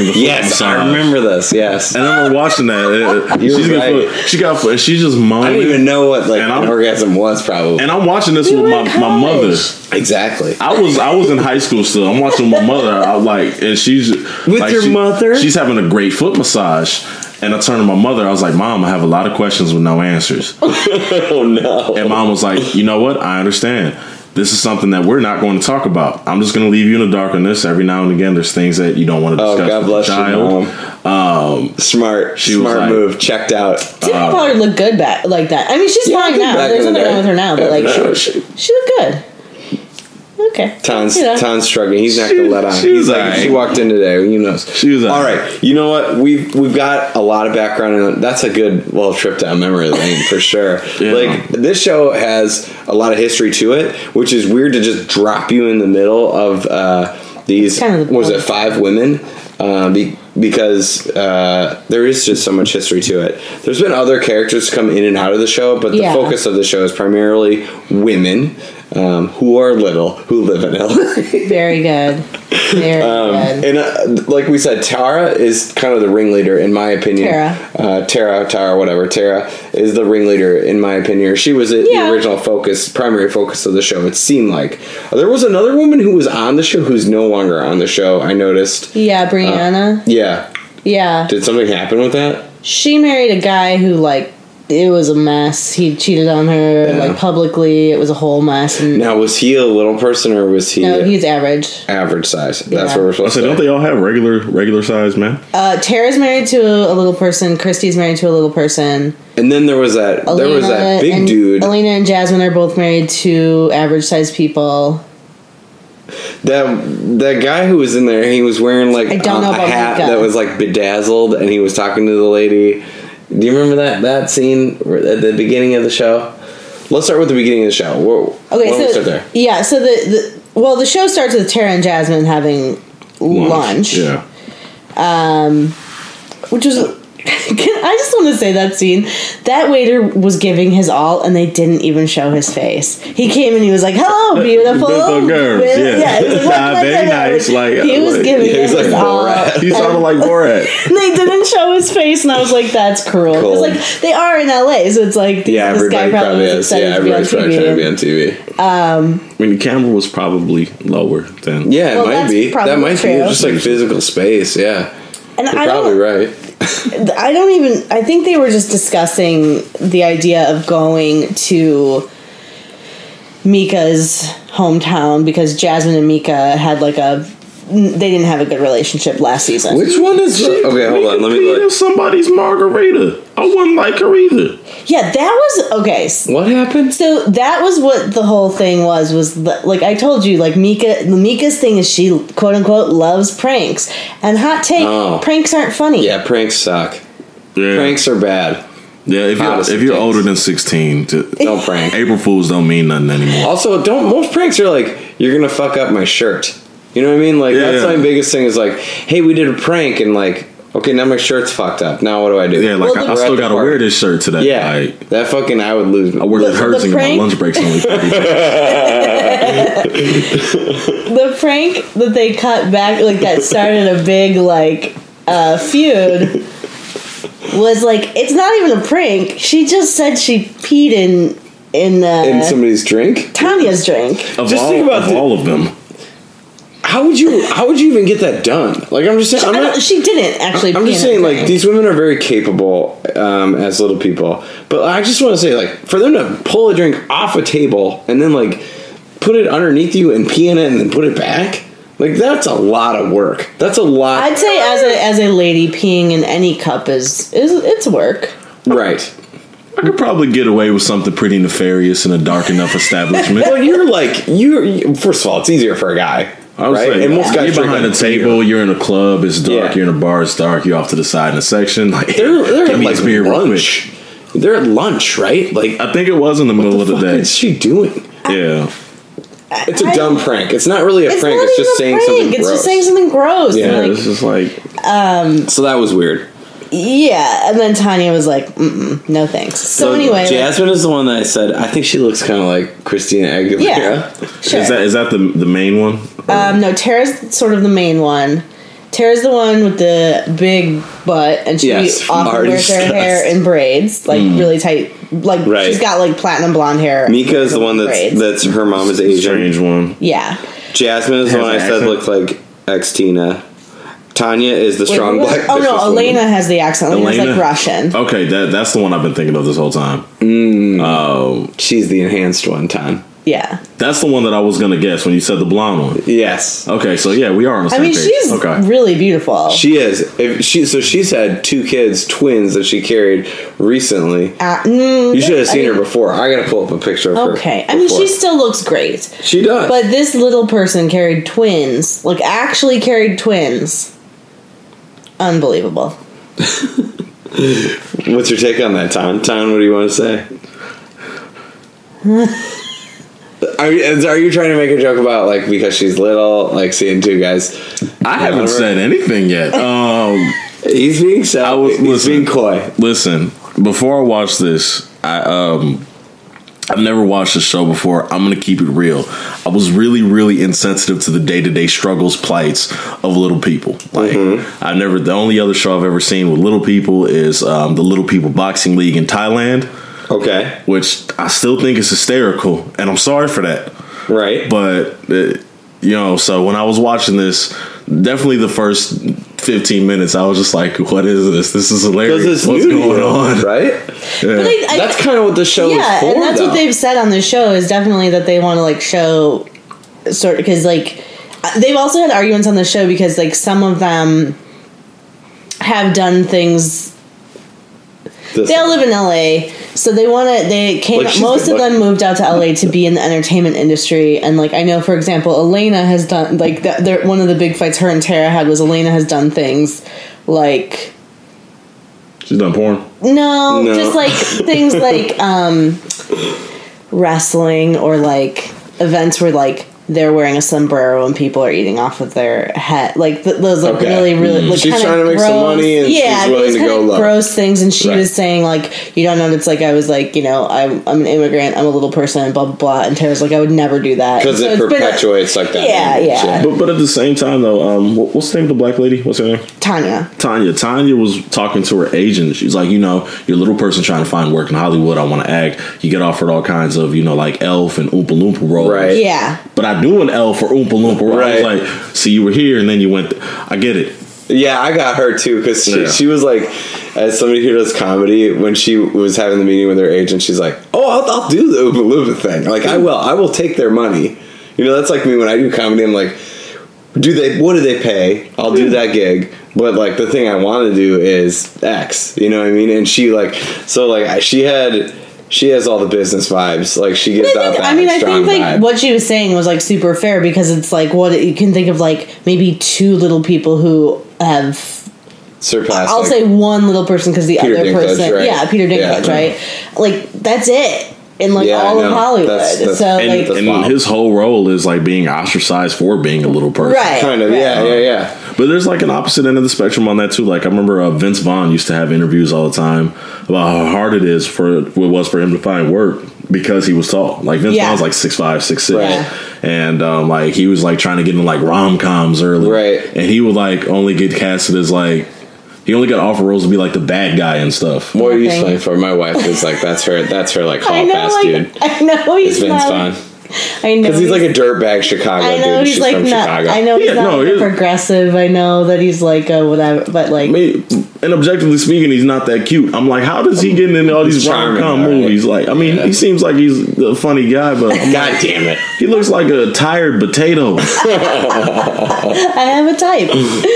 Speaker 3: the foot
Speaker 2: Yes,
Speaker 3: massage.
Speaker 2: I remember this. Yes.
Speaker 3: And I remember watching that. It- it-
Speaker 2: You're
Speaker 3: she's got
Speaker 2: right.
Speaker 3: foot- she got foot. She just
Speaker 2: I
Speaker 3: moaning.
Speaker 2: don't even know what like
Speaker 3: And
Speaker 2: an
Speaker 3: I'm-
Speaker 2: orgasm was probably.
Speaker 3: And I'm watching this
Speaker 4: We
Speaker 3: with
Speaker 4: were
Speaker 3: my,
Speaker 4: in
Speaker 3: my
Speaker 4: college.
Speaker 3: mother.
Speaker 2: exactly.
Speaker 3: I was I was in high school still. I'm watching my mother. I'm like, and she's with
Speaker 2: your mother?
Speaker 3: She's having a great foot massage, and I turned to my mother. I was like, Mom, I have a lot of questions with no answers.
Speaker 2: Oh no.
Speaker 3: And mom was like, You know what? I understand. This is something that we're not going to talk about. I'm just going to leave you in the dark on this. Every now and again, there's things that you don't want to
Speaker 2: Oh,
Speaker 3: discuss
Speaker 2: God
Speaker 3: with
Speaker 2: bless
Speaker 3: your
Speaker 2: you,
Speaker 3: child. Um,
Speaker 2: Smart.
Speaker 3: She was
Speaker 2: smart
Speaker 3: like-
Speaker 2: move. Checked out.
Speaker 4: Tiffany Pollard looked good back like that. I mean, she's fine now.
Speaker 2: back
Speaker 4: There's
Speaker 2: in the
Speaker 4: nothing
Speaker 2: day.
Speaker 4: wrong with her now, but
Speaker 2: Yeah,
Speaker 4: like
Speaker 2: for sure.
Speaker 4: she, she looked good. Okay,
Speaker 2: Tons,
Speaker 4: You know.
Speaker 2: tons struggling. He's not gonna
Speaker 3: She-
Speaker 2: let on.
Speaker 3: she was
Speaker 2: He's like,
Speaker 3: alright.
Speaker 2: she walked in today. Who knows?
Speaker 3: She was
Speaker 2: all
Speaker 3: alright.
Speaker 2: right. You know what? We've we've got a lot of background, and that's a good well trip down memory lane for sure.
Speaker 3: Yeah.
Speaker 2: Like this show has a lot of history to it, which is weird to just drop you in the middle of uh, these.
Speaker 4: Kind of the
Speaker 2: was
Speaker 4: point.
Speaker 2: it five women? Uh, be, because uh, there is just so much history to it. There's been other characters come in and out of the show, but the
Speaker 4: Yeah.
Speaker 2: focus of the show is primarily women. um, who are little, who live in L.A.
Speaker 4: Very good. Very
Speaker 2: Um,
Speaker 4: good.
Speaker 2: and uh, like we said, Tara is kind of the ringleader in my opinion.
Speaker 4: Tara.
Speaker 2: uh, Tara, Tara, whatever. Tara is the ringleader in my opinion. She was
Speaker 4: Yeah.
Speaker 2: the original focus, primary focus of the show. It seemed like there was another woman who was on the show who's no longer on the show. I noticed.
Speaker 4: yeah, Brianna.
Speaker 2: Yeah,
Speaker 4: yeah.
Speaker 2: did something happen with that?
Speaker 4: she married a guy who like it was a mess. He cheated on her
Speaker 2: Yeah.
Speaker 4: like publicly. It was a whole mess. And no,
Speaker 2: Now was he a little person or was he?
Speaker 4: he's average.
Speaker 2: average size. That's
Speaker 4: Yeah.
Speaker 2: what we're supposed
Speaker 3: So
Speaker 2: to.
Speaker 3: don't they all have regular regular size men?
Speaker 4: Uh, Tara's married to a little person. Christy's married to a little person.
Speaker 2: and then there was that. there was that big
Speaker 4: and,
Speaker 2: dude.
Speaker 4: Elena and Jasmine are both married to average sized people.
Speaker 2: That that guy who was in there. He was wearing like
Speaker 4: I don't know
Speaker 2: a
Speaker 4: about
Speaker 2: hat
Speaker 4: makeup.
Speaker 2: that was like bedazzled, and he was talking to the lady. Do you remember that that scene at the beginning of the show? Let's start with the beginning of the show. Whoa.
Speaker 4: Okay,
Speaker 2: Why don't we
Speaker 4: so
Speaker 2: start there.
Speaker 4: yeah, so the, the well, the show starts with Tara and Jasmine having lunch, um,
Speaker 3: Yeah.
Speaker 4: which was. I just want to say that scene. That waiter was giving his all, and they didn't even show his face. He came and he was like,
Speaker 2: Uh,
Speaker 4: "Hello, beautiful
Speaker 3: Beautiful girls,
Speaker 4: Well,
Speaker 3: yeah.
Speaker 4: he was
Speaker 3: Ah, very nice, like-
Speaker 4: he was
Speaker 3: like-
Speaker 4: giving
Speaker 2: yeah, he's
Speaker 4: it
Speaker 2: like
Speaker 4: his all.
Speaker 2: Borat.
Speaker 3: He sounded like Borat.
Speaker 4: And they didn't show his face, and I was like, "That's cruel." Because
Speaker 2: Cool.
Speaker 4: like they are in LA, so it's like
Speaker 2: Yeah,
Speaker 4: this
Speaker 2: everybody
Speaker 4: guy probably,
Speaker 2: probably is.
Speaker 4: was
Speaker 2: Yeah,
Speaker 4: excited to be on
Speaker 2: everybody's probably
Speaker 4: TV.
Speaker 2: trying to be on TV.
Speaker 3: I mean, the camera was probably lower than.
Speaker 2: Yeah, it
Speaker 4: Well,
Speaker 2: might
Speaker 4: that's
Speaker 2: be. That
Speaker 4: probably
Speaker 2: might be. It's
Speaker 4: true.
Speaker 2: just like physical space. Yeah,
Speaker 4: And
Speaker 2: you're
Speaker 4: I don't,
Speaker 2: probably right.
Speaker 4: I don't even. I think they were just discussing the idea of going to Mika's hometown because Jasmine and Mika had like a. They didn't have a good relationship last season.
Speaker 2: Which one is? the- Okay, hold on. Let me
Speaker 3: Peter,
Speaker 2: look.
Speaker 3: somebody's margarita. I wouldn't like her either.
Speaker 4: yeah, that was okay. s-
Speaker 2: What happened?
Speaker 4: So that was what the whole thing was. Was the, like I told you, like Mika. Mika's thing is she quote unquote loves pranks, and hot take:
Speaker 2: Oh.
Speaker 4: pranks aren't funny.
Speaker 2: Yeah, pranks suck.
Speaker 3: Yeah.
Speaker 2: Pranks are bad.
Speaker 3: Yeah. If you're,
Speaker 2: Hottest
Speaker 3: if you're
Speaker 2: things.
Speaker 3: older than 16, to,
Speaker 2: Don't prank.
Speaker 3: April Fools don't mean nothing anymore.
Speaker 2: Also, don't most pranks are like you're gonna fuck up my shirt. You know what I mean? Like
Speaker 3: Yeah,
Speaker 2: that's
Speaker 3: yeah.
Speaker 2: my biggest thing is like, hey, we did a prank and like, okay, now my shirt's fucked up. Now what do I do?
Speaker 3: Yeah, like
Speaker 4: Well,
Speaker 3: I, I
Speaker 4: the-
Speaker 3: still gotta wear this shirt today.
Speaker 2: yeah,
Speaker 3: Like,
Speaker 2: that fucking I would lose.
Speaker 3: I work
Speaker 4: The-
Speaker 3: at Hertz
Speaker 4: the
Speaker 3: and get my
Speaker 4: prank-
Speaker 3: lunch breaks only.
Speaker 4: the prank that they cut back like that started a big like uh, feud was like it's not even a prank she just said she peed in in, uh,
Speaker 2: in somebody's drink.
Speaker 4: tanya's drink
Speaker 3: Of,
Speaker 2: Just
Speaker 3: all,
Speaker 2: think about
Speaker 3: of
Speaker 2: the-
Speaker 3: all of them.
Speaker 2: How would you? How would you even get that done? Like I'm just saying, I'm
Speaker 4: I don't-
Speaker 2: not.
Speaker 4: she didn't actually
Speaker 2: I'm
Speaker 4: pee
Speaker 2: just
Speaker 4: in her
Speaker 2: saying, like
Speaker 4: drink.
Speaker 2: these women are very capable um, as little people, but I just want to say, like, for them to pull a drink off a table and then like put it underneath you and pee in it and then put it back, like that's a lot of work. That's a lot.
Speaker 4: i'd say as a as a lady peeing in any cup is is it's work
Speaker 2: right.
Speaker 3: I could probably get away with something pretty nefarious in a dark enough establishment.
Speaker 2: Well, you're like you're. you- First of all, it's easier for a guy,
Speaker 3: I was
Speaker 2: right?
Speaker 3: saying,
Speaker 2: and most guys
Speaker 3: you're
Speaker 2: drink
Speaker 3: behind a
Speaker 2: like
Speaker 3: table, you're in a club, it's dark,
Speaker 2: Yeah.
Speaker 3: you're in a bar, it's dark, you're off to the side in a section. Like,
Speaker 2: They're they're
Speaker 3: give
Speaker 2: at
Speaker 3: me
Speaker 2: like
Speaker 3: this beer real
Speaker 2: lunch. They're at lunch, right? Like,
Speaker 3: quick. I think it was in the middle of the
Speaker 2: what
Speaker 3: day.
Speaker 2: is she doing?
Speaker 3: Yeah.
Speaker 2: It's a dumb prank. It's not really a
Speaker 4: it's
Speaker 2: prank.
Speaker 4: not
Speaker 2: It's
Speaker 4: even
Speaker 2: just
Speaker 4: a
Speaker 2: saying
Speaker 4: prank.
Speaker 2: something
Speaker 4: it's
Speaker 2: gross.
Speaker 4: just saying something gross
Speaker 2: Yeah,
Speaker 3: Yeah,
Speaker 4: Like,
Speaker 3: it's just like
Speaker 2: so that was weird.
Speaker 4: yeah and then tanya was like Mm-mm, no thanks so, anyway like,
Speaker 2: Jasmine is the one that I said. I think she looks kind of like Christina Aguilera.
Speaker 4: yeah sure.
Speaker 3: is that is that the the main one?
Speaker 4: Um, no, Tara's sort of the main one. Tara's the one with the big butt, and she
Speaker 2: Yes,
Speaker 4: often
Speaker 2: already
Speaker 4: wears her
Speaker 2: discussed.
Speaker 4: hair in braids, like really tight. Like
Speaker 2: Right.
Speaker 4: she's got like platinum blonde hair.
Speaker 2: Mika is the one that's
Speaker 4: Braids.
Speaker 2: that's her mom is Asian.
Speaker 3: Strange one.
Speaker 4: yeah.
Speaker 2: Jasmine is the
Speaker 3: Has
Speaker 2: one I
Speaker 3: an
Speaker 2: said
Speaker 3: accent?
Speaker 2: looked like ex Tina. Tanya is the
Speaker 4: Wait,
Speaker 2: strong
Speaker 4: who was-
Speaker 2: black.
Speaker 4: oh no,
Speaker 2: businesswoman.
Speaker 4: Elena has the accent. Elena's
Speaker 3: Elena?
Speaker 4: like
Speaker 2: Oh.
Speaker 4: Russian.
Speaker 3: Okay, that that's the one I've been thinking of this whole time.
Speaker 2: She's the enhanced one, Tom.
Speaker 4: Yeah,
Speaker 3: That's the one that I was gonna guess when you said the blonde one.
Speaker 2: Yes,
Speaker 3: Okay, so yeah, we are on the
Speaker 4: I
Speaker 3: same
Speaker 4: mean
Speaker 3: page.
Speaker 4: she's
Speaker 3: okay.
Speaker 4: really beautiful.
Speaker 2: she is. If she so she's had two kids, twins that she carried recently.
Speaker 4: Uh, mm,
Speaker 2: You should have
Speaker 4: I
Speaker 2: seen her
Speaker 4: mean-
Speaker 2: before. I gotta pull up a picture of her.
Speaker 4: Okay, I mean
Speaker 2: before.
Speaker 4: she still looks great,
Speaker 2: she does.
Speaker 4: but this little person carried twins. Like actually carried twins. Unbelievable.
Speaker 2: What's your take on that, Tom? Tom, what do you want to say? are, you, is- are you trying to make a joke about like because she's little, like seeing two guys?
Speaker 3: I haven't said anything yet. Um,
Speaker 2: He's being so.
Speaker 3: was-
Speaker 2: he's
Speaker 3: listen.
Speaker 2: being coy.
Speaker 3: listen, before I watched this, I um I've never watched the show before. I'm gonna keep it real. I was really, really insensitive to the day to day struggles, plights of little people. Like
Speaker 2: Mm-hmm.
Speaker 3: I've never. The only other show I've ever seen with little people is um, the Little People Boxing League in Thailand,
Speaker 2: Okay.
Speaker 3: which I still think is hysterical, and I'm sorry for that.
Speaker 2: Right.
Speaker 3: But uh, you know, so when I was watching this, definitely the first 15 minutes, I was just like, "What is this? This is hilarious.
Speaker 2: Because it's
Speaker 3: What's
Speaker 2: new to
Speaker 3: going
Speaker 2: you,
Speaker 3: on?"
Speaker 2: Right.
Speaker 4: But I, I,
Speaker 2: That's kind of what the show
Speaker 4: yeah,
Speaker 2: is for.
Speaker 4: and that's
Speaker 2: though.
Speaker 4: what they've said on the show is definitely that they want to like show sort because like uh, they've also had arguments on the show because like some of them have done things.
Speaker 2: This-
Speaker 4: They all live in LA, so they want to. They came.
Speaker 2: Look, she's
Speaker 4: most
Speaker 2: good
Speaker 4: of them moved out to LA to be in the entertainment industry, and like I know, for example, Elena has done like that. they're- One of the big fights her and Tara had was Elena has done things like
Speaker 3: She's done porn.
Speaker 4: no,
Speaker 2: No.
Speaker 4: just like things like um, wrestling or like events where like they're wearing a sombrero and people are eating off of their head. Like th- those like
Speaker 2: Okay. Mm-hmm.
Speaker 4: really, really. Like,
Speaker 2: She's
Speaker 4: kinda
Speaker 2: trying to make
Speaker 4: gross,
Speaker 2: some money and she's willing
Speaker 4: those
Speaker 2: to
Speaker 4: kinda
Speaker 2: go low.
Speaker 4: Gross things, and she
Speaker 2: Right.
Speaker 4: was saying like, you don't know. It's like I was like, you know, I'm I'm an immigrant, I'm a little person, and blah blah blah. And Tara's like, I would never do that
Speaker 2: because
Speaker 4: So
Speaker 2: it
Speaker 4: it's been a-
Speaker 2: perpetuates like that.
Speaker 4: Yeah,
Speaker 2: language,
Speaker 4: yeah.
Speaker 3: But but at the same time though, um, what, what's the name of the black lady? What's her name?
Speaker 4: Tanya.
Speaker 3: Tanya. Tanya was talking to her agent. She's like, you know, you're a little person trying to find work in Hollywood. I want to act. You get offered all kinds of, you know, like Elf and Oompa Loompa roles.
Speaker 2: Right.
Speaker 4: Yeah,
Speaker 3: But I do an Elf or Oompa Loompa role.
Speaker 2: Right.
Speaker 3: I was like, see, you were here and then you went. th- I get it.
Speaker 2: Yeah, I got her too because she,
Speaker 3: Yeah.
Speaker 2: she was like, as somebody who does comedy, when she was having the meeting with her agent, she's like, "Oh, I'll, I'll do the Oompa Loompa thing. Like, I will. I will take their money. You know, that's like me when I do comedy. I'm like, do they? What do they pay? I'll do that gig. But like, the thing I want to do is X. You know what I mean? And she like, so like, I- she had. She has all the business vibes. Like she gives
Speaker 4: I
Speaker 2: out
Speaker 4: think-
Speaker 2: that
Speaker 4: I mean, I
Speaker 2: strong
Speaker 4: think like
Speaker 2: vibe.
Speaker 4: what she was saying was like super fair because it's like what you can think of like maybe two little people who have.
Speaker 2: Surpassed.
Speaker 4: I'll
Speaker 2: like-
Speaker 4: say one little person because the
Speaker 2: Peter
Speaker 4: other
Speaker 2: Dinklage,
Speaker 4: person,
Speaker 2: right?
Speaker 4: yeah, Peter
Speaker 2: Yeah.
Speaker 4: Dinklage, right? Like that's it in like
Speaker 2: Yeah, I
Speaker 4: all
Speaker 2: know.
Speaker 4: of Hollywood.
Speaker 2: That's- that's-
Speaker 4: so
Speaker 3: And,
Speaker 4: like,
Speaker 3: and
Speaker 2: wild.
Speaker 3: his whole role is like being ostracized for being a little person.
Speaker 4: right?
Speaker 2: kind of.
Speaker 4: right.
Speaker 2: Yeah, yeah, yeah.
Speaker 3: But there's like an opposite end of the spectrum on that too. Like I remember uh, Vince Vaughn used to have interviews all the time about how hard it is for what was for him to find work because he was tall. Like Vince
Speaker 4: Yeah.
Speaker 3: Vaughn's like six five, six six,
Speaker 2: Right.
Speaker 3: and um, like he was like trying to get into like rom coms early,
Speaker 2: Right.
Speaker 3: And he would like only get casted as like he only got offer roles to be like the bad guy and stuff.
Speaker 2: What are you
Speaker 4: Okay.
Speaker 2: slaying for? My wife is like, that's her. That's her like
Speaker 4: I
Speaker 2: hall
Speaker 4: know,
Speaker 2: pass
Speaker 4: like,
Speaker 2: dude.
Speaker 4: I know he's
Speaker 2: It's Vince
Speaker 4: not.
Speaker 2: Vaughn.
Speaker 4: I know
Speaker 2: Because he's like a dirtbag Chicago
Speaker 4: I know
Speaker 2: dude.
Speaker 4: he's
Speaker 2: She's
Speaker 4: like
Speaker 2: from
Speaker 4: not.
Speaker 2: Chicago.
Speaker 4: I know he's
Speaker 3: Yeah,
Speaker 4: not
Speaker 3: no,
Speaker 4: like,
Speaker 3: he is-
Speaker 4: a progressive. I know that he's like a whatever, but like
Speaker 3: I mean, and objectively speaking, he's not that cute. I'm like, how does he get into all these rom
Speaker 2: Charming,
Speaker 3: com
Speaker 2: all right.
Speaker 3: movies? Like, I mean,
Speaker 2: Yeah.
Speaker 3: he seems like he's a funny guy, but I'm
Speaker 2: God damn it.
Speaker 3: He looks like a tired potato.
Speaker 4: I have a type.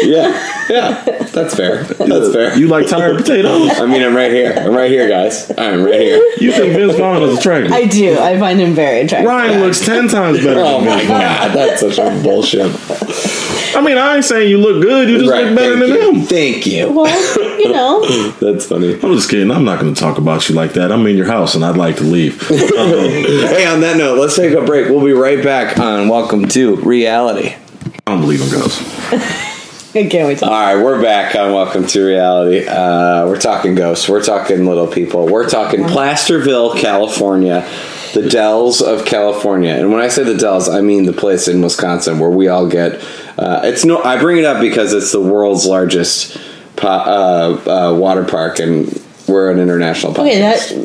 Speaker 2: Yeah. Yeah. That's fair. That's fair.
Speaker 3: You like tired potatoes?
Speaker 2: I mean, I'm right here. I'm right here, guys. I'm right here.
Speaker 3: You think Vince Vaughn is attractive?
Speaker 4: I do. I find him very attractive.
Speaker 3: Ryan looks ten times better.
Speaker 2: Oh
Speaker 3: than
Speaker 2: my
Speaker 3: Vince Vaughn.
Speaker 2: god, that's such a bullshit.
Speaker 3: I mean, I ain't saying you look good. You just
Speaker 2: Right,
Speaker 3: look better
Speaker 2: thank
Speaker 3: than
Speaker 2: you.
Speaker 3: him.
Speaker 2: Thank you.
Speaker 4: Well, you know.
Speaker 2: That's funny.
Speaker 3: I'm just kidding. I'm not going to talk about you like that. I'm in your house and I'd like to leave. Um,
Speaker 2: Hey, on that note, let's take a break. We'll be right back on Welcome to Reality.
Speaker 3: I don't believe in ghosts.
Speaker 4: I can't wait to
Speaker 2: All right, we're back on Welcome to Reality. Uh, we're talking ghosts. We're talking little people. We're talking Placerville, California, the Dells of California. And when I say the Dells, I mean the place in Wisconsin where we all get. Uh, it's no. I bring it up because it's the world's largest po- uh, uh, water park, and we're an international podcast.
Speaker 4: Okay,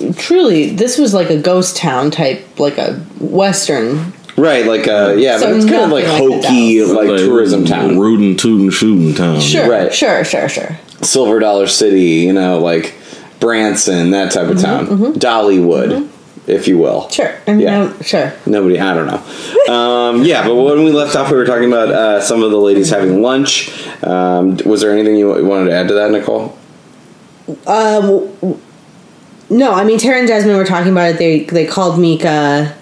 Speaker 4: that truly, this was like a ghost town type, like a western.
Speaker 2: right, like uh, yeah,
Speaker 4: So
Speaker 2: but it's kind of
Speaker 4: nothing
Speaker 2: like
Speaker 4: like the
Speaker 2: hokey,
Speaker 4: Dells.
Speaker 2: like, tourism town,
Speaker 3: rootin' tootin' shootin' town.
Speaker 4: Sure,
Speaker 2: Right.
Speaker 4: sure, sure, sure.
Speaker 2: Silver Dollar City, you know, like Branson, that type of
Speaker 4: Mm-hmm,
Speaker 2: town, Dollywood, if you will.
Speaker 4: Sure. I mean,
Speaker 2: Yeah.
Speaker 4: I'm- sure.
Speaker 2: Nobody, I don't know. Um, yeah, but when we left off, we were talking about uh, some of the ladies having lunch. Um, was there anything you wanted to add to that, Nicole?
Speaker 4: Um, No, I mean, Tara and Jasmine were talking about it. They they called Mika.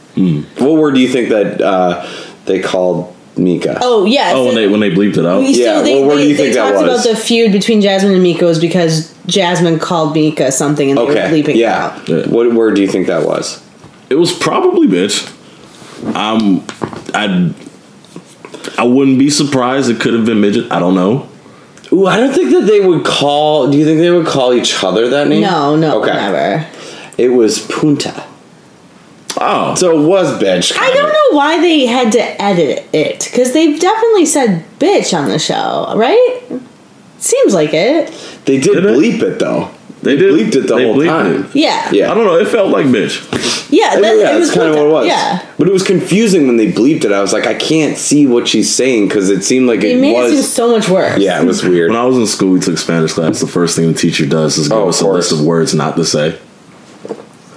Speaker 2: What word do you think that uh, they called Mika?
Speaker 4: Oh, yeah.
Speaker 3: Oh,
Speaker 4: so-
Speaker 3: when they when they bleeped it out.
Speaker 4: so
Speaker 2: Yeah,
Speaker 4: they,
Speaker 2: well, what do
Speaker 4: they-
Speaker 2: you
Speaker 4: they
Speaker 2: think that
Speaker 4: talked
Speaker 2: was?
Speaker 4: about the feud between Jasmine and Mika was because Jasmine called Mika something and they were
Speaker 2: okay.
Speaker 4: bleeping it
Speaker 2: Yeah.
Speaker 4: out.
Speaker 3: Yeah.
Speaker 2: What word do you think that was?
Speaker 3: It was probably bitch. I'm I I wouldn't be surprised. It could have been midget. I don't know.
Speaker 2: Ooh, I don't think that they would call. Do you think they would call each other that name?
Speaker 4: No, no,
Speaker 2: Okay.
Speaker 4: never.
Speaker 2: It was Punta.
Speaker 3: Oh, so
Speaker 2: So it was bitch.
Speaker 4: I don't know why they had to edit it because they've definitely said bitch on the show, right? Seems like it.
Speaker 2: They did,
Speaker 3: Did they?
Speaker 2: bleep it though.
Speaker 3: They did.
Speaker 2: bleeped it the
Speaker 3: They
Speaker 2: whole
Speaker 3: bleeped
Speaker 2: time.
Speaker 3: it.
Speaker 4: Yeah.
Speaker 2: Yeah.
Speaker 3: I don't know. It felt like bitch.
Speaker 4: Yeah.
Speaker 2: I
Speaker 4: That,
Speaker 2: mean, yeah,
Speaker 4: it was
Speaker 2: that's kind of what it was.
Speaker 4: Yeah.
Speaker 2: But it was confusing when they bleeped it. I was like, I can't see what she's saying because it seemed like
Speaker 4: It
Speaker 2: it
Speaker 4: made it seem
Speaker 2: was.
Speaker 4: so much worse.
Speaker 2: yeah, it was weird.
Speaker 3: When I was in school, we took Spanish class. The first thing the teacher does is give
Speaker 2: Oh, of
Speaker 3: us a
Speaker 2: course.
Speaker 3: list of words not to say.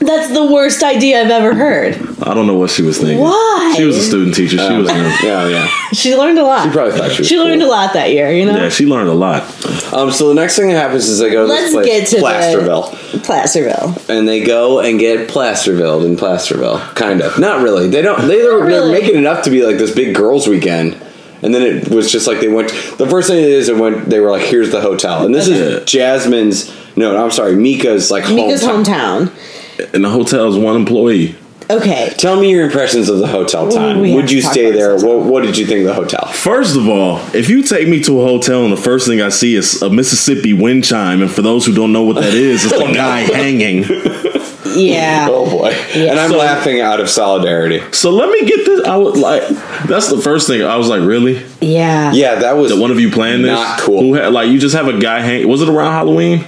Speaker 4: That's the worst idea I've ever heard.
Speaker 3: I don't know what she was thinking.
Speaker 4: Why?
Speaker 3: She was a student teacher. She
Speaker 2: Oh.
Speaker 3: was.
Speaker 2: yeah, yeah.
Speaker 4: She learned a lot. She
Speaker 2: probably thought she was
Speaker 4: learned
Speaker 2: cool.
Speaker 4: a lot that year, you know?
Speaker 3: Yeah, she learned a lot.
Speaker 2: Um, so the next thing that happens is they go to
Speaker 4: Let's
Speaker 2: this place,
Speaker 4: get to the-
Speaker 2: Plasterville,
Speaker 4: Placerville.
Speaker 2: and they go and get Plasterville in Plasterville, kind of. Not really. They don't. They were
Speaker 4: really.
Speaker 2: they're making it up to be like this big girls' weekend. And then it was just like they went. The first thing it is, it went. They were like, "Here's the hotel," and this is Jasmine's. No, I'm sorry, Mika's like
Speaker 4: Mika's
Speaker 2: hometown.
Speaker 4: hometown.
Speaker 3: And the hotel is one employee.
Speaker 4: Okay.
Speaker 2: Tell me your impressions of the hotel time.
Speaker 4: we have
Speaker 2: Would
Speaker 4: to
Speaker 2: you
Speaker 4: talk
Speaker 2: stay
Speaker 4: about
Speaker 2: there?
Speaker 4: this
Speaker 2: What, what did you think of the hotel?
Speaker 3: First of all, if you take me to a hotel and the first thing I see is a Mississippi wind chime, and for those who don't know what that is, it's a guy hanging.
Speaker 4: Yeah.
Speaker 2: Oh boy! And I'm
Speaker 3: So-
Speaker 2: laughing out of solidarity.
Speaker 3: So let me get this. I would like. That's the first thing I was like, really?
Speaker 4: Yeah.
Speaker 2: Yeah, that was
Speaker 3: That one of you planned this?
Speaker 2: Not cool.
Speaker 3: Who had, like you just have a guy hang? Was it around Halloween?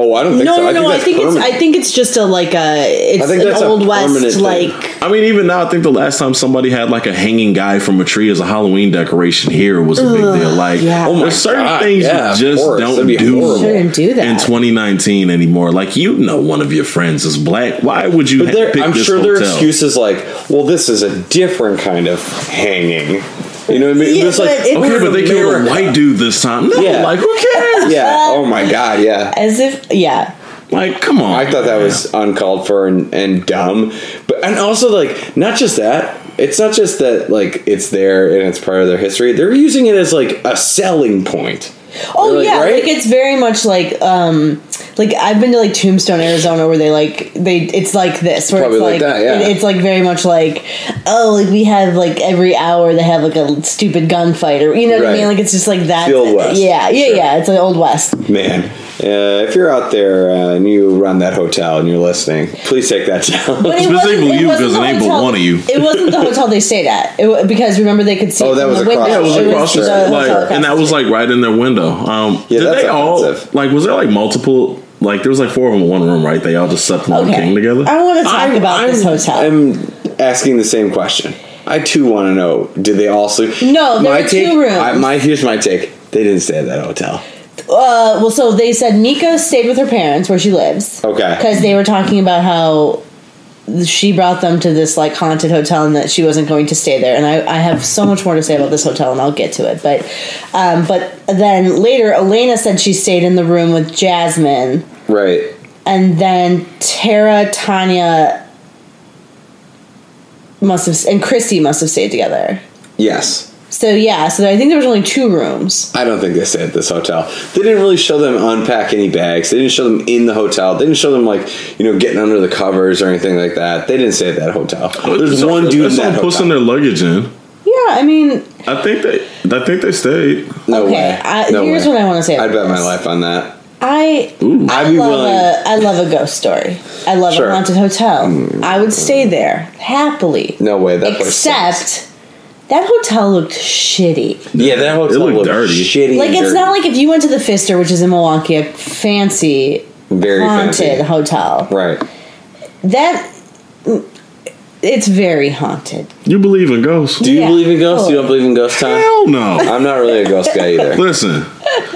Speaker 2: Oh, I don't think
Speaker 4: No,
Speaker 2: so.
Speaker 4: no, no. I
Speaker 2: that's
Speaker 4: think it's.
Speaker 2: permanent.
Speaker 4: I think it's just a like a. It's
Speaker 2: think
Speaker 4: an
Speaker 2: that's a
Speaker 4: old
Speaker 2: permanent
Speaker 4: west
Speaker 2: thing.
Speaker 4: like.
Speaker 3: I mean, even now, I think the last time somebody had like a hanging guy from a tree as a Halloween decoration here was a big deal. Like,
Speaker 4: yeah. Oh my
Speaker 3: there's certain
Speaker 2: God,
Speaker 3: things
Speaker 2: yeah, of
Speaker 3: you just
Speaker 2: course.
Speaker 3: don't
Speaker 2: That'd be
Speaker 3: do
Speaker 2: horrible.
Speaker 4: Shouldn't do that.
Speaker 3: in 2019 anymore. Like, you know, one of your friends is black. Why would you
Speaker 2: But there,
Speaker 3: ha- pick
Speaker 2: I'm
Speaker 3: this
Speaker 2: sure there are
Speaker 3: hotel?
Speaker 2: excuses like, "Well, this is a different kind of hanging." You know what I mean?
Speaker 4: Yeah,
Speaker 2: Just like,
Speaker 4: but it's-
Speaker 3: okay, but they killed a
Speaker 2: America.
Speaker 3: white dude this time. No,
Speaker 2: Yeah.
Speaker 3: like, who cares?
Speaker 2: Yeah.
Speaker 4: Uh,
Speaker 2: Oh my god. Yeah.
Speaker 4: As if. Yeah.
Speaker 3: Like, come on.
Speaker 2: I thought that was uncalled for and, and dumb. But and also like not just that. It's not just that like it's there and it's part of their history. They're using it as like a selling point.
Speaker 4: Oh
Speaker 2: Like,
Speaker 4: yeah,
Speaker 2: right?
Speaker 4: like it's very much like um like I've been to like Tombstone, Arizona, where they like they it's like this where
Speaker 2: Probably
Speaker 4: it's
Speaker 2: like that,
Speaker 4: like,
Speaker 2: yeah.
Speaker 4: it- it's like very much like oh like we have like every hour they have like a stupid gunfight or you know what I
Speaker 2: Right.
Speaker 4: mean like it's just like that
Speaker 2: The Old West.
Speaker 4: yeah yeah
Speaker 2: Sure.
Speaker 4: yeah it's like old west
Speaker 2: Man, uh, if you're out there uh, and you run that hotel and you're listening, please take that down.
Speaker 4: But it wasn't-
Speaker 3: Specifically
Speaker 4: it
Speaker 3: you,
Speaker 4: wasn't
Speaker 3: 'cause
Speaker 4: the
Speaker 3: it ain't but
Speaker 4: hotel-
Speaker 3: one of you.
Speaker 4: It wasn't the hotel they stayed at it, wa- because remember they could see.
Speaker 2: Oh,
Speaker 4: it
Speaker 2: that
Speaker 4: from
Speaker 2: was
Speaker 4: the
Speaker 2: across
Speaker 4: window.
Speaker 2: the
Speaker 3: Yeah, it was
Speaker 2: street.
Speaker 3: across
Speaker 2: Sure.
Speaker 3: the
Speaker 4: the
Speaker 3: street, like,
Speaker 4: hotel across
Speaker 3: and
Speaker 4: the
Speaker 3: that was
Speaker 4: street.
Speaker 3: like right in their window. Um,
Speaker 2: Yeah,
Speaker 3: did
Speaker 2: that's
Speaker 3: they all
Speaker 2: offensive.
Speaker 3: like? Was there like multiple? Like, there was like four of them in one room, right? They all just slept in one king together.
Speaker 4: I want to talk
Speaker 2: I'm-
Speaker 4: about this
Speaker 2: I'm-
Speaker 4: hotel.
Speaker 2: I'm asking the same question. I too want to know: Did they all sleep?
Speaker 4: No, there were two
Speaker 2: take,
Speaker 4: rooms.
Speaker 2: I, my here's my take: They didn't stay at that hotel.
Speaker 4: uh, well, so they said Mika stayed with her parents where she lives.
Speaker 2: Okay.
Speaker 4: because they were talking about how she brought them to this like haunted hotel and that she wasn't going to stay there and I, I have so much more to say about this hotel and I'll get to it but um, but then later Elena said she stayed in the room with Jasmine
Speaker 2: Right.
Speaker 4: and then Tara Tanya must have and Christy must have stayed together
Speaker 2: Yes.
Speaker 4: so yeah so I think there was only two rooms
Speaker 2: I don't think they stayed at this hotel. They didn't really show them unpack any bags. They didn't show them in the hotel. They didn't show them like you know getting under the covers or anything like that. They didn't stay at that hotel. There's
Speaker 3: So-
Speaker 2: one dude in
Speaker 3: that's
Speaker 2: that
Speaker 3: all
Speaker 2: hotel.
Speaker 3: posting their luggage in.
Speaker 4: yeah I mean
Speaker 3: I think they. I think they stayed.
Speaker 2: no
Speaker 4: okay
Speaker 2: way.
Speaker 4: I,
Speaker 2: no
Speaker 4: here's
Speaker 2: way.
Speaker 4: what I want to say
Speaker 2: I'd
Speaker 4: about
Speaker 2: bet my
Speaker 4: this.
Speaker 2: life on that.
Speaker 4: I I
Speaker 2: I'd be
Speaker 4: love uh,
Speaker 2: willing-
Speaker 4: a I love a ghost story. I love
Speaker 2: Sure. Mm.
Speaker 4: a haunted hotel. I would stay there happily.
Speaker 2: No way. That place sucks.
Speaker 4: Except that hotel looked shitty.
Speaker 2: yeah, that hotel
Speaker 3: looked
Speaker 2: looked
Speaker 3: dirty.
Speaker 2: shitty.
Speaker 4: Like
Speaker 2: and
Speaker 4: it's
Speaker 2: dirty.
Speaker 4: not like if you went to the Fister, which is in Milwaukee, a fancy
Speaker 2: very
Speaker 4: haunted
Speaker 2: fancy.
Speaker 4: hotel.
Speaker 2: Right.
Speaker 4: That it's very haunted.
Speaker 3: You believe in ghosts?
Speaker 2: Do you
Speaker 4: Yeah. Oh.
Speaker 2: believe in ghosts? You don't believe in ghost time?
Speaker 3: Hell no.
Speaker 2: I'm not really a ghost guy either.
Speaker 3: Listen,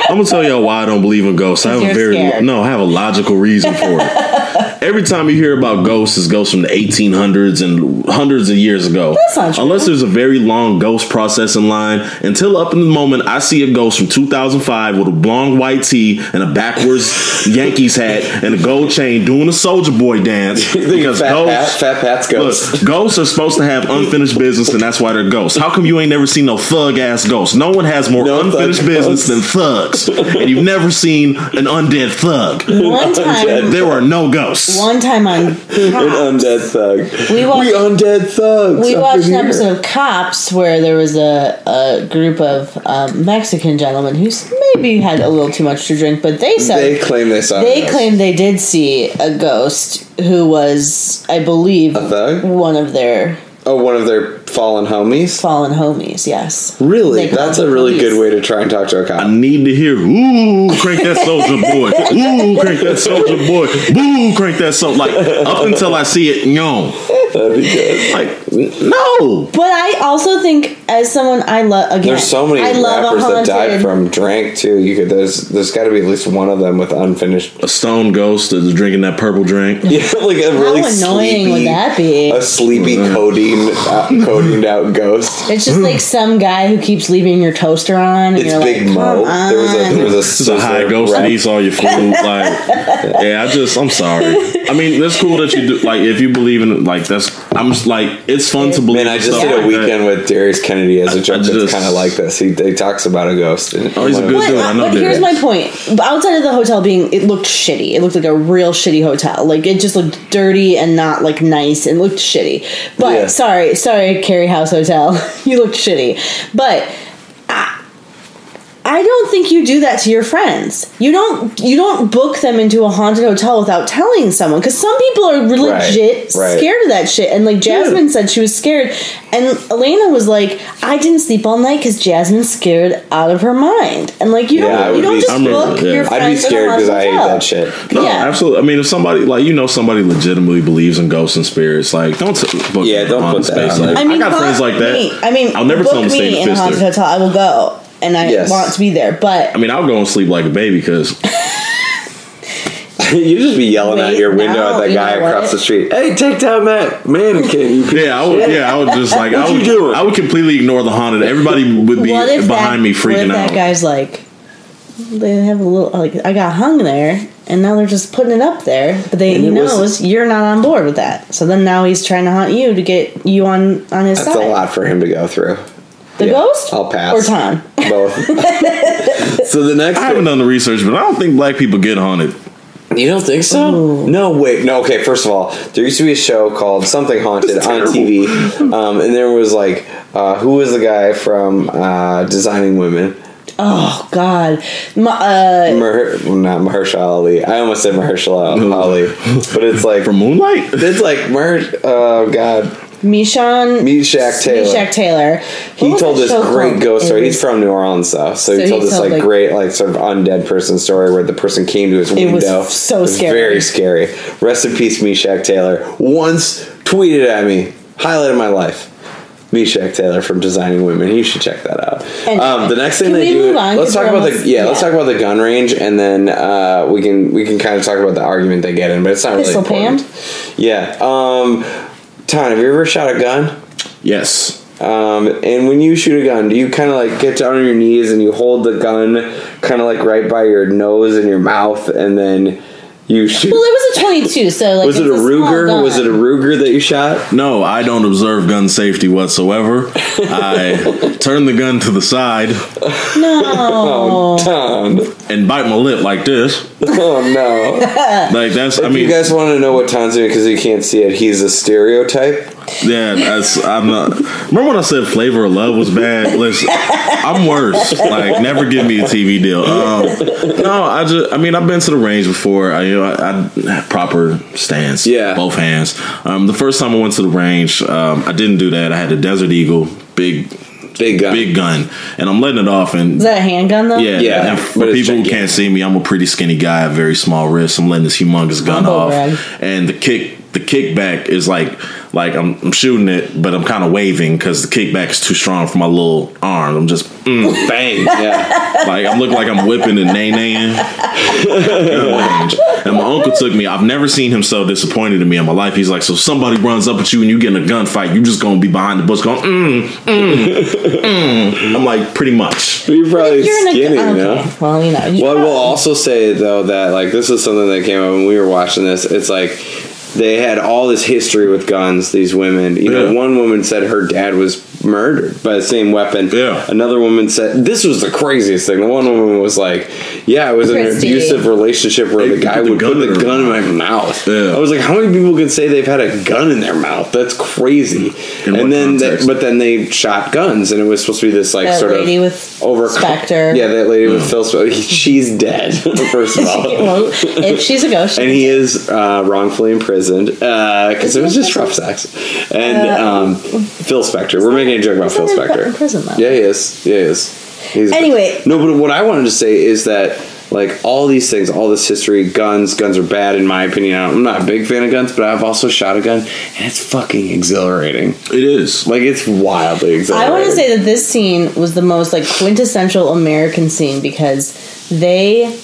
Speaker 3: I'm gonna tell y'all why I don't believe in ghosts. I have a
Speaker 4: You're
Speaker 3: very
Speaker 4: scared.
Speaker 3: no. I have a logical reason for it. Every time you hear about ghosts, it's ghosts from the 1800s and hundreds of years ago.
Speaker 4: That's not true.
Speaker 3: Unless there's a very long ghost processing line. Until up in the moment, I see a ghost from 2005 with a blonde white tee and a backwards Yankees hat and a gold chain doing a Soldier Boy dance.
Speaker 2: You think Fat Pat, Fat Pat's ghost.
Speaker 3: Look, ghosts are supposed to have unfinished business, and that's why they're ghosts. How come you ain't never seen no thug ass ghost? No one has more
Speaker 2: No thug
Speaker 3: unfinished business
Speaker 2: ghosts.
Speaker 3: than thugs, and you've never seen an undead thug.
Speaker 4: One time
Speaker 3: There are no ghosts.
Speaker 2: Yes.
Speaker 4: one time on
Speaker 2: An
Speaker 4: Cops,
Speaker 2: undead thug.
Speaker 4: We watched-
Speaker 2: undead thugs.
Speaker 4: we
Speaker 2: up
Speaker 4: watched
Speaker 2: in
Speaker 4: an
Speaker 2: here.
Speaker 4: episode of Cops where there was a, a group of um, Mexican gentlemen who s- maybe had a little too much to drink, but they said
Speaker 2: They claim they saw.
Speaker 4: They
Speaker 2: this.
Speaker 4: claimed they did see a ghost who was, I believe,
Speaker 2: thug?
Speaker 4: one of their
Speaker 2: Oh, one of their fallen homies.
Speaker 4: fallen homies. Yes,
Speaker 2: Really,
Speaker 4: They called
Speaker 2: that's a
Speaker 4: the
Speaker 2: really
Speaker 4: police.
Speaker 2: good way to try and talk to a
Speaker 3: I
Speaker 2: cop.
Speaker 3: need to hear, ooh, crank that soldier boy. Ooh, crank that soldier boy. Boo, crank that soldier. Like, up until I see it, no.
Speaker 2: That'd be good.
Speaker 3: Like, no.
Speaker 4: but I also think, as someone I love, again,
Speaker 2: There's so many
Speaker 4: I love
Speaker 2: rappers
Speaker 4: a
Speaker 2: that
Speaker 4: haunted.
Speaker 2: died from drank too. You could there's there's got to be at least one of them with unfinished.
Speaker 3: A stone ghost that's drinking that purple drink.
Speaker 2: Yeah, like a really
Speaker 4: How annoying
Speaker 2: sleepy,
Speaker 4: would that be?
Speaker 2: A sleepy codeine out, coding out ghost.
Speaker 4: It's just like some guy who keeps leaving your toaster on, and
Speaker 2: It's
Speaker 4: you're
Speaker 2: Big
Speaker 4: like,
Speaker 2: Mo.
Speaker 4: come on.
Speaker 2: There was a there was a,
Speaker 3: This is a high ghost that eats all your food. Like, yeah, I just, I'm sorry. I mean, that's cool that you do. Like, if you believe in it, like, that's, I'm just like, it's fun to believe.
Speaker 2: Man, I
Speaker 3: in
Speaker 2: just
Speaker 3: stuff
Speaker 2: did a
Speaker 3: like that.
Speaker 2: weekend with Darius Kennedy as a joke that's
Speaker 3: just-
Speaker 2: kind of like this. He, he talks about a ghost. And
Speaker 3: Oh, he's a
Speaker 2: one of
Speaker 3: good
Speaker 2: his-
Speaker 4: But,
Speaker 3: dude. I know
Speaker 4: but
Speaker 3: they
Speaker 4: here's
Speaker 3: did.
Speaker 4: my point. Outside of the hotel being, it looked shitty. It looked like a real shitty hotel. Like it just looked dirty and not like nice. It looked shitty. But
Speaker 2: Yeah.
Speaker 4: sorry, sorry, Carrie House Hotel, you looked shitty. But I, I don't think you do that to your friends. You don't. You don't book them into a haunted hotel without telling someone because some people are really
Speaker 2: Right,
Speaker 4: legit
Speaker 2: right.
Speaker 4: scared of that shit. And like Jasmine said, she was scared, and Elena was like, "I didn't sleep all night because Jasmine's scared out of her mind." And like
Speaker 2: Yeah,
Speaker 4: you
Speaker 2: I
Speaker 4: don't, you
Speaker 2: would
Speaker 4: don't
Speaker 2: be
Speaker 4: just
Speaker 3: scared.
Speaker 4: book
Speaker 3: Yeah.
Speaker 4: your friends
Speaker 2: I'd be
Speaker 4: in a
Speaker 2: scared because I hate
Speaker 4: hotel.
Speaker 2: that shit.
Speaker 3: No,
Speaker 4: yeah.
Speaker 3: absolutely. I mean, if somebody like you know somebody legitimately believes in ghosts and spirits, like don't t- book
Speaker 2: Yeah,
Speaker 3: them
Speaker 2: don't
Speaker 3: on
Speaker 2: put that
Speaker 3: space.
Speaker 2: on
Speaker 3: Like,
Speaker 2: there.
Speaker 3: I, got
Speaker 4: book
Speaker 3: friends like that.
Speaker 4: Me. I mean,
Speaker 3: I'll never
Speaker 4: book
Speaker 3: tell them to
Speaker 4: me
Speaker 3: stay in
Speaker 4: in
Speaker 3: the
Speaker 4: a haunted
Speaker 3: fister.
Speaker 4: hotel. I will go, and I
Speaker 2: Yes.
Speaker 4: want to be there. But
Speaker 3: I mean, I'll go and sleep like a baby because
Speaker 2: you just be yelling out
Speaker 4: Wait,
Speaker 2: your window
Speaker 4: no,
Speaker 2: at that
Speaker 4: you
Speaker 2: guy
Speaker 4: know
Speaker 2: across
Speaker 4: what?
Speaker 2: the street. Hey, take down that mannequin. You
Speaker 3: yeah, I would, yeah, I would just like I
Speaker 2: What you
Speaker 3: would
Speaker 2: doing?
Speaker 3: I would completely ignore the haunted. Everybody would be
Speaker 4: what if
Speaker 3: behind
Speaker 4: that,
Speaker 3: me
Speaker 4: what if
Speaker 3: freaking
Speaker 4: that
Speaker 3: out.
Speaker 4: guy's like, they have a little like I got hung there, and now they're just putting it up there. But they
Speaker 2: And
Speaker 4: he
Speaker 2: it was-
Speaker 4: knows you're not on board with that. So then now he's trying to haunt you to get you on on his
Speaker 2: That's
Speaker 4: side.
Speaker 2: a lot for him to go through.
Speaker 4: The
Speaker 2: Yeah,
Speaker 4: ghost,
Speaker 2: I'll pass.
Speaker 4: or Tom.
Speaker 2: Both. so the next
Speaker 3: I
Speaker 2: one.
Speaker 3: haven't done the research, but I don't think black people get haunted.
Speaker 2: You don't think so? No, wait. No, okay. First of all, there used to be a show called Something Haunted on TV, um, and there was like, uh, who was the guy from uh, Designing Women?
Speaker 4: Oh God, My, uh,
Speaker 2: Maher- not Mahershala Ali. I almost said Mahershala Ali, but it's like
Speaker 3: For Moonlight,
Speaker 2: it's like Mer. Oh God,
Speaker 4: Mishan
Speaker 2: Meshack Taylor.
Speaker 4: Meshack Taylor. What
Speaker 2: he
Speaker 4: was
Speaker 2: told
Speaker 4: that
Speaker 2: this
Speaker 4: show
Speaker 2: great
Speaker 4: called?
Speaker 2: ghost
Speaker 4: It
Speaker 2: story.
Speaker 4: was-
Speaker 2: He's from New Orleans, though, so,
Speaker 4: So
Speaker 2: he
Speaker 4: he
Speaker 2: told this
Speaker 4: told,
Speaker 2: like,
Speaker 4: like-
Speaker 2: great, like sort of undead person story where the person came to his window.
Speaker 4: was so scary.
Speaker 2: Very scary. Rest in peace, Meshack Taylor. Once tweeted at me, highlight of my life. Meshack Taylor from Designing Women. You should check that out.
Speaker 4: Anyway,
Speaker 2: um, the next thing
Speaker 4: can
Speaker 2: they
Speaker 4: we
Speaker 2: do.
Speaker 4: move on?
Speaker 2: let's
Speaker 4: 'Cause
Speaker 2: talk
Speaker 4: we're
Speaker 2: about
Speaker 4: almost-
Speaker 2: the yeah, Let's
Speaker 4: yeah.
Speaker 2: talk about the gun range, and then uh, we can we can kind of talk about the argument they get in, but it's not
Speaker 4: Pistol
Speaker 2: really
Speaker 4: Pam?
Speaker 2: important. Yeah. Um, Ton, have you ever shot a gun?
Speaker 3: yes.
Speaker 2: Um, and when you shoot a gun, do you kind of like get down on your knees and you hold the gun kind of like right by your nose and your mouth, and then you shoot?
Speaker 4: Well, it was a twenty-two. So like,
Speaker 2: was it a
Speaker 4: it's small
Speaker 2: Ruger?
Speaker 4: gun.
Speaker 2: Was it a Ruger that you shot?
Speaker 3: No, I don't observe gun safety whatsoever. I turn the gun to the side
Speaker 4: no?
Speaker 2: Ton.
Speaker 3: and bite my lip like this.
Speaker 2: Oh no!
Speaker 3: Like that's. I
Speaker 2: if
Speaker 3: mean,
Speaker 2: you guys want to know what Ton's doing because you can't see it, he's a stereotype.
Speaker 3: Yeah, that's I'm not. Remember when I said flavor of love was bad? Listen, I'm worse. Like, never give me a TV deal. Um, no, I just. I mean, I've been to the range before. I, you know, I, I proper stance.
Speaker 2: Yeah.
Speaker 3: both hands. Um, the first time I went to the range, um, I didn't do that. I had a Desert Eagle, big,
Speaker 2: Big gun.
Speaker 3: big gun, and I'm letting it off and.
Speaker 4: Is that a handgun though?
Speaker 3: Yeah,
Speaker 2: Yeah,
Speaker 3: and
Speaker 2: but
Speaker 3: for
Speaker 2: it's
Speaker 3: people who
Speaker 2: gigantic.
Speaker 3: can't see me, I'm a pretty skinny guy, very small wrist. I'm letting this humongous gun
Speaker 4: Humble
Speaker 3: off,
Speaker 4: brag.
Speaker 3: and the kick, the kickback is like, like I'm, I'm shooting it, but I'm kind of waving because the kickback is too strong for my little arm. I'm just mm, bang,
Speaker 2: Yeah.
Speaker 3: like I'm looking like I'm whipping and nay naying. and my uncle took me. I've never seen him so disappointed in me in my life. He's like, so if somebody runs up at you and you get in a gunfight, you just gonna be behind the bush going, mm, mm, mm. I'm like, pretty much.
Speaker 2: You're probably
Speaker 4: You're in a
Speaker 2: skinny, you
Speaker 4: okay.
Speaker 2: know.
Speaker 4: Well, you know. You
Speaker 2: Well, I will also say though that like this is something that came up when we were watching this. It's like they had all this history with guns. These women, you know,
Speaker 3: Yeah.
Speaker 2: one woman said her dad was murdered by the same weapon.
Speaker 3: Yeah.
Speaker 2: Another woman said this was the craziest thing. The one woman was like, "Yeah, it was an
Speaker 1: Christy.
Speaker 2: abusive relationship where
Speaker 3: They
Speaker 2: the guy
Speaker 3: put the
Speaker 2: would
Speaker 3: gun
Speaker 2: put
Speaker 3: in
Speaker 2: the
Speaker 3: her
Speaker 2: gun in my mouth."
Speaker 3: Yeah.
Speaker 2: I was like, "How many people can say they've had a gun in their mouth? That's crazy."
Speaker 3: In what
Speaker 2: and then, they,
Speaker 3: context?
Speaker 2: but then they shot guns, and it was supposed to be this like
Speaker 4: That
Speaker 2: sort
Speaker 4: lady
Speaker 2: of
Speaker 4: with
Speaker 2: over
Speaker 4: Spectre.
Speaker 2: Yeah, that lady
Speaker 4: Hmm.
Speaker 2: with Phil Spector. She's dead. First of all,
Speaker 4: well, if she's a ghost,
Speaker 2: and he is uh, wrongfully imprisoned because it was just rough sex. And
Speaker 4: Uh,
Speaker 2: um, Phil Spector, we're making a joke about
Speaker 4: he's
Speaker 2: Phil
Speaker 4: not in fucking
Speaker 2: Spector.
Speaker 4: prison, though.
Speaker 2: Yeah, he is. Yeah, he is. He's
Speaker 4: Anyway.
Speaker 2: no, but what I wanted to say is that like all these things, all this history, guns, guns are bad in my opinion. I'm not a big fan of guns, but I've also shot a gun, and it's fucking exhilarating.
Speaker 3: It is.
Speaker 2: Like it's wildly
Speaker 4: I
Speaker 2: exhilarating.
Speaker 4: want to say that this scene was the most like quintessential American scene because they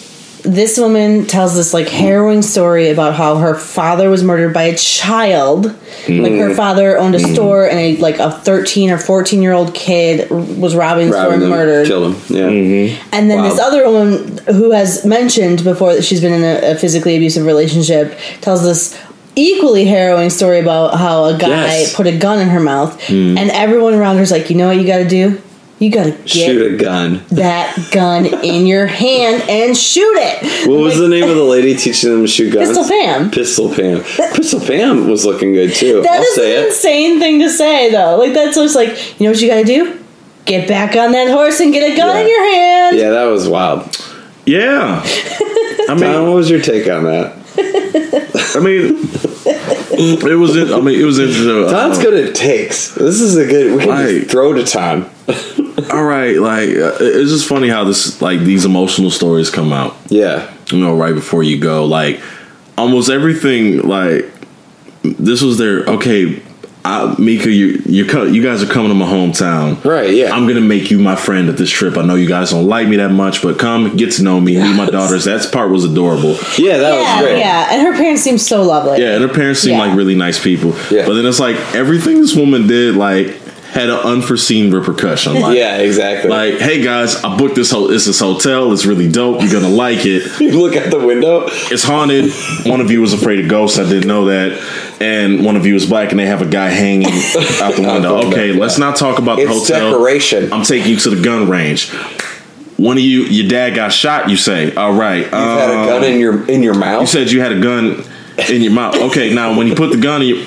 Speaker 4: this woman tells this like harrowing story about how her father was murdered by a child.
Speaker 2: Hmm.
Speaker 4: Like her father owned a store and a like a 13 or 14 year old kid was robbing the store
Speaker 2: Robbing
Speaker 4: and
Speaker 2: them,
Speaker 4: murdered. Mm-hmm.
Speaker 2: killed him. Yeah.
Speaker 4: And then this
Speaker 2: Wow.
Speaker 4: other woman who has mentioned before that she's been in a, a physically abusive relationship tells this equally harrowing story about how a guy
Speaker 2: Yes. Hmm.
Speaker 4: put a gun in her mouth, and everyone around her is like, "You know what you got to do? You got to get
Speaker 2: Shoot a gun.
Speaker 4: that gun in your hand and shoot it."
Speaker 2: What was the name of the lady teaching them to shoot guns?
Speaker 4: Pistol Pam.
Speaker 2: Pistol Pam. Pistol Pam was looking good too.
Speaker 4: That
Speaker 2: I'll
Speaker 4: is
Speaker 2: say
Speaker 4: an
Speaker 2: it.
Speaker 4: insane thing to say, though. Like that's just like, you know what you got to do? Get back on that horse and get a gun
Speaker 2: Yeah.
Speaker 4: in your hand.
Speaker 2: Yeah, that was wild.
Speaker 3: Yeah. I
Speaker 2: Tom,
Speaker 3: mean,
Speaker 2: what was your take on that?
Speaker 3: I mean, mm, it was. In, I mean, it was interesting.
Speaker 2: Tom's good at takes. This is a good. We can
Speaker 3: Right.
Speaker 2: just throw to Tom.
Speaker 3: All right, like uh, it's just funny how this, like, these emotional stories come out.
Speaker 2: Yeah.
Speaker 3: you know, right before you go. Like almost everything, like this was their okay. I, Mika, you you co- you guys are coming to my hometown,
Speaker 2: Right, yeah.
Speaker 3: I'm gonna make you my friend at this trip. I know you guys don't like me that much, but come get to know me. Meet my daughters. That part was adorable.
Speaker 2: Yeah, that
Speaker 4: yeah,
Speaker 2: was great.
Speaker 4: yeah. And her parents seem so lovely.
Speaker 3: Yeah, and her parents seem
Speaker 4: Yeah.
Speaker 3: like really nice people.
Speaker 2: Yeah.
Speaker 3: But then it's like everything this woman did, like had an unforeseen repercussion. Like,
Speaker 2: Yeah, exactly.
Speaker 3: Like, hey guys, I booked this. Ho- it's this hotel. It's really dope. You're gonna like it.
Speaker 2: you look out the window.
Speaker 3: it's haunted. One of you was afraid of ghosts. I didn't know that. And one of you is black, and they have a guy hanging out the window. Okay, let's not talk about the
Speaker 2: It's
Speaker 3: hotel.
Speaker 2: decoration.
Speaker 3: I'm taking you to the gun range. One of you, your dad got shot. You say, all right. um, You've
Speaker 2: you had a gun in your in your mouth.
Speaker 3: You said you had a gun in your mouth. Okay, now when you put the gun in your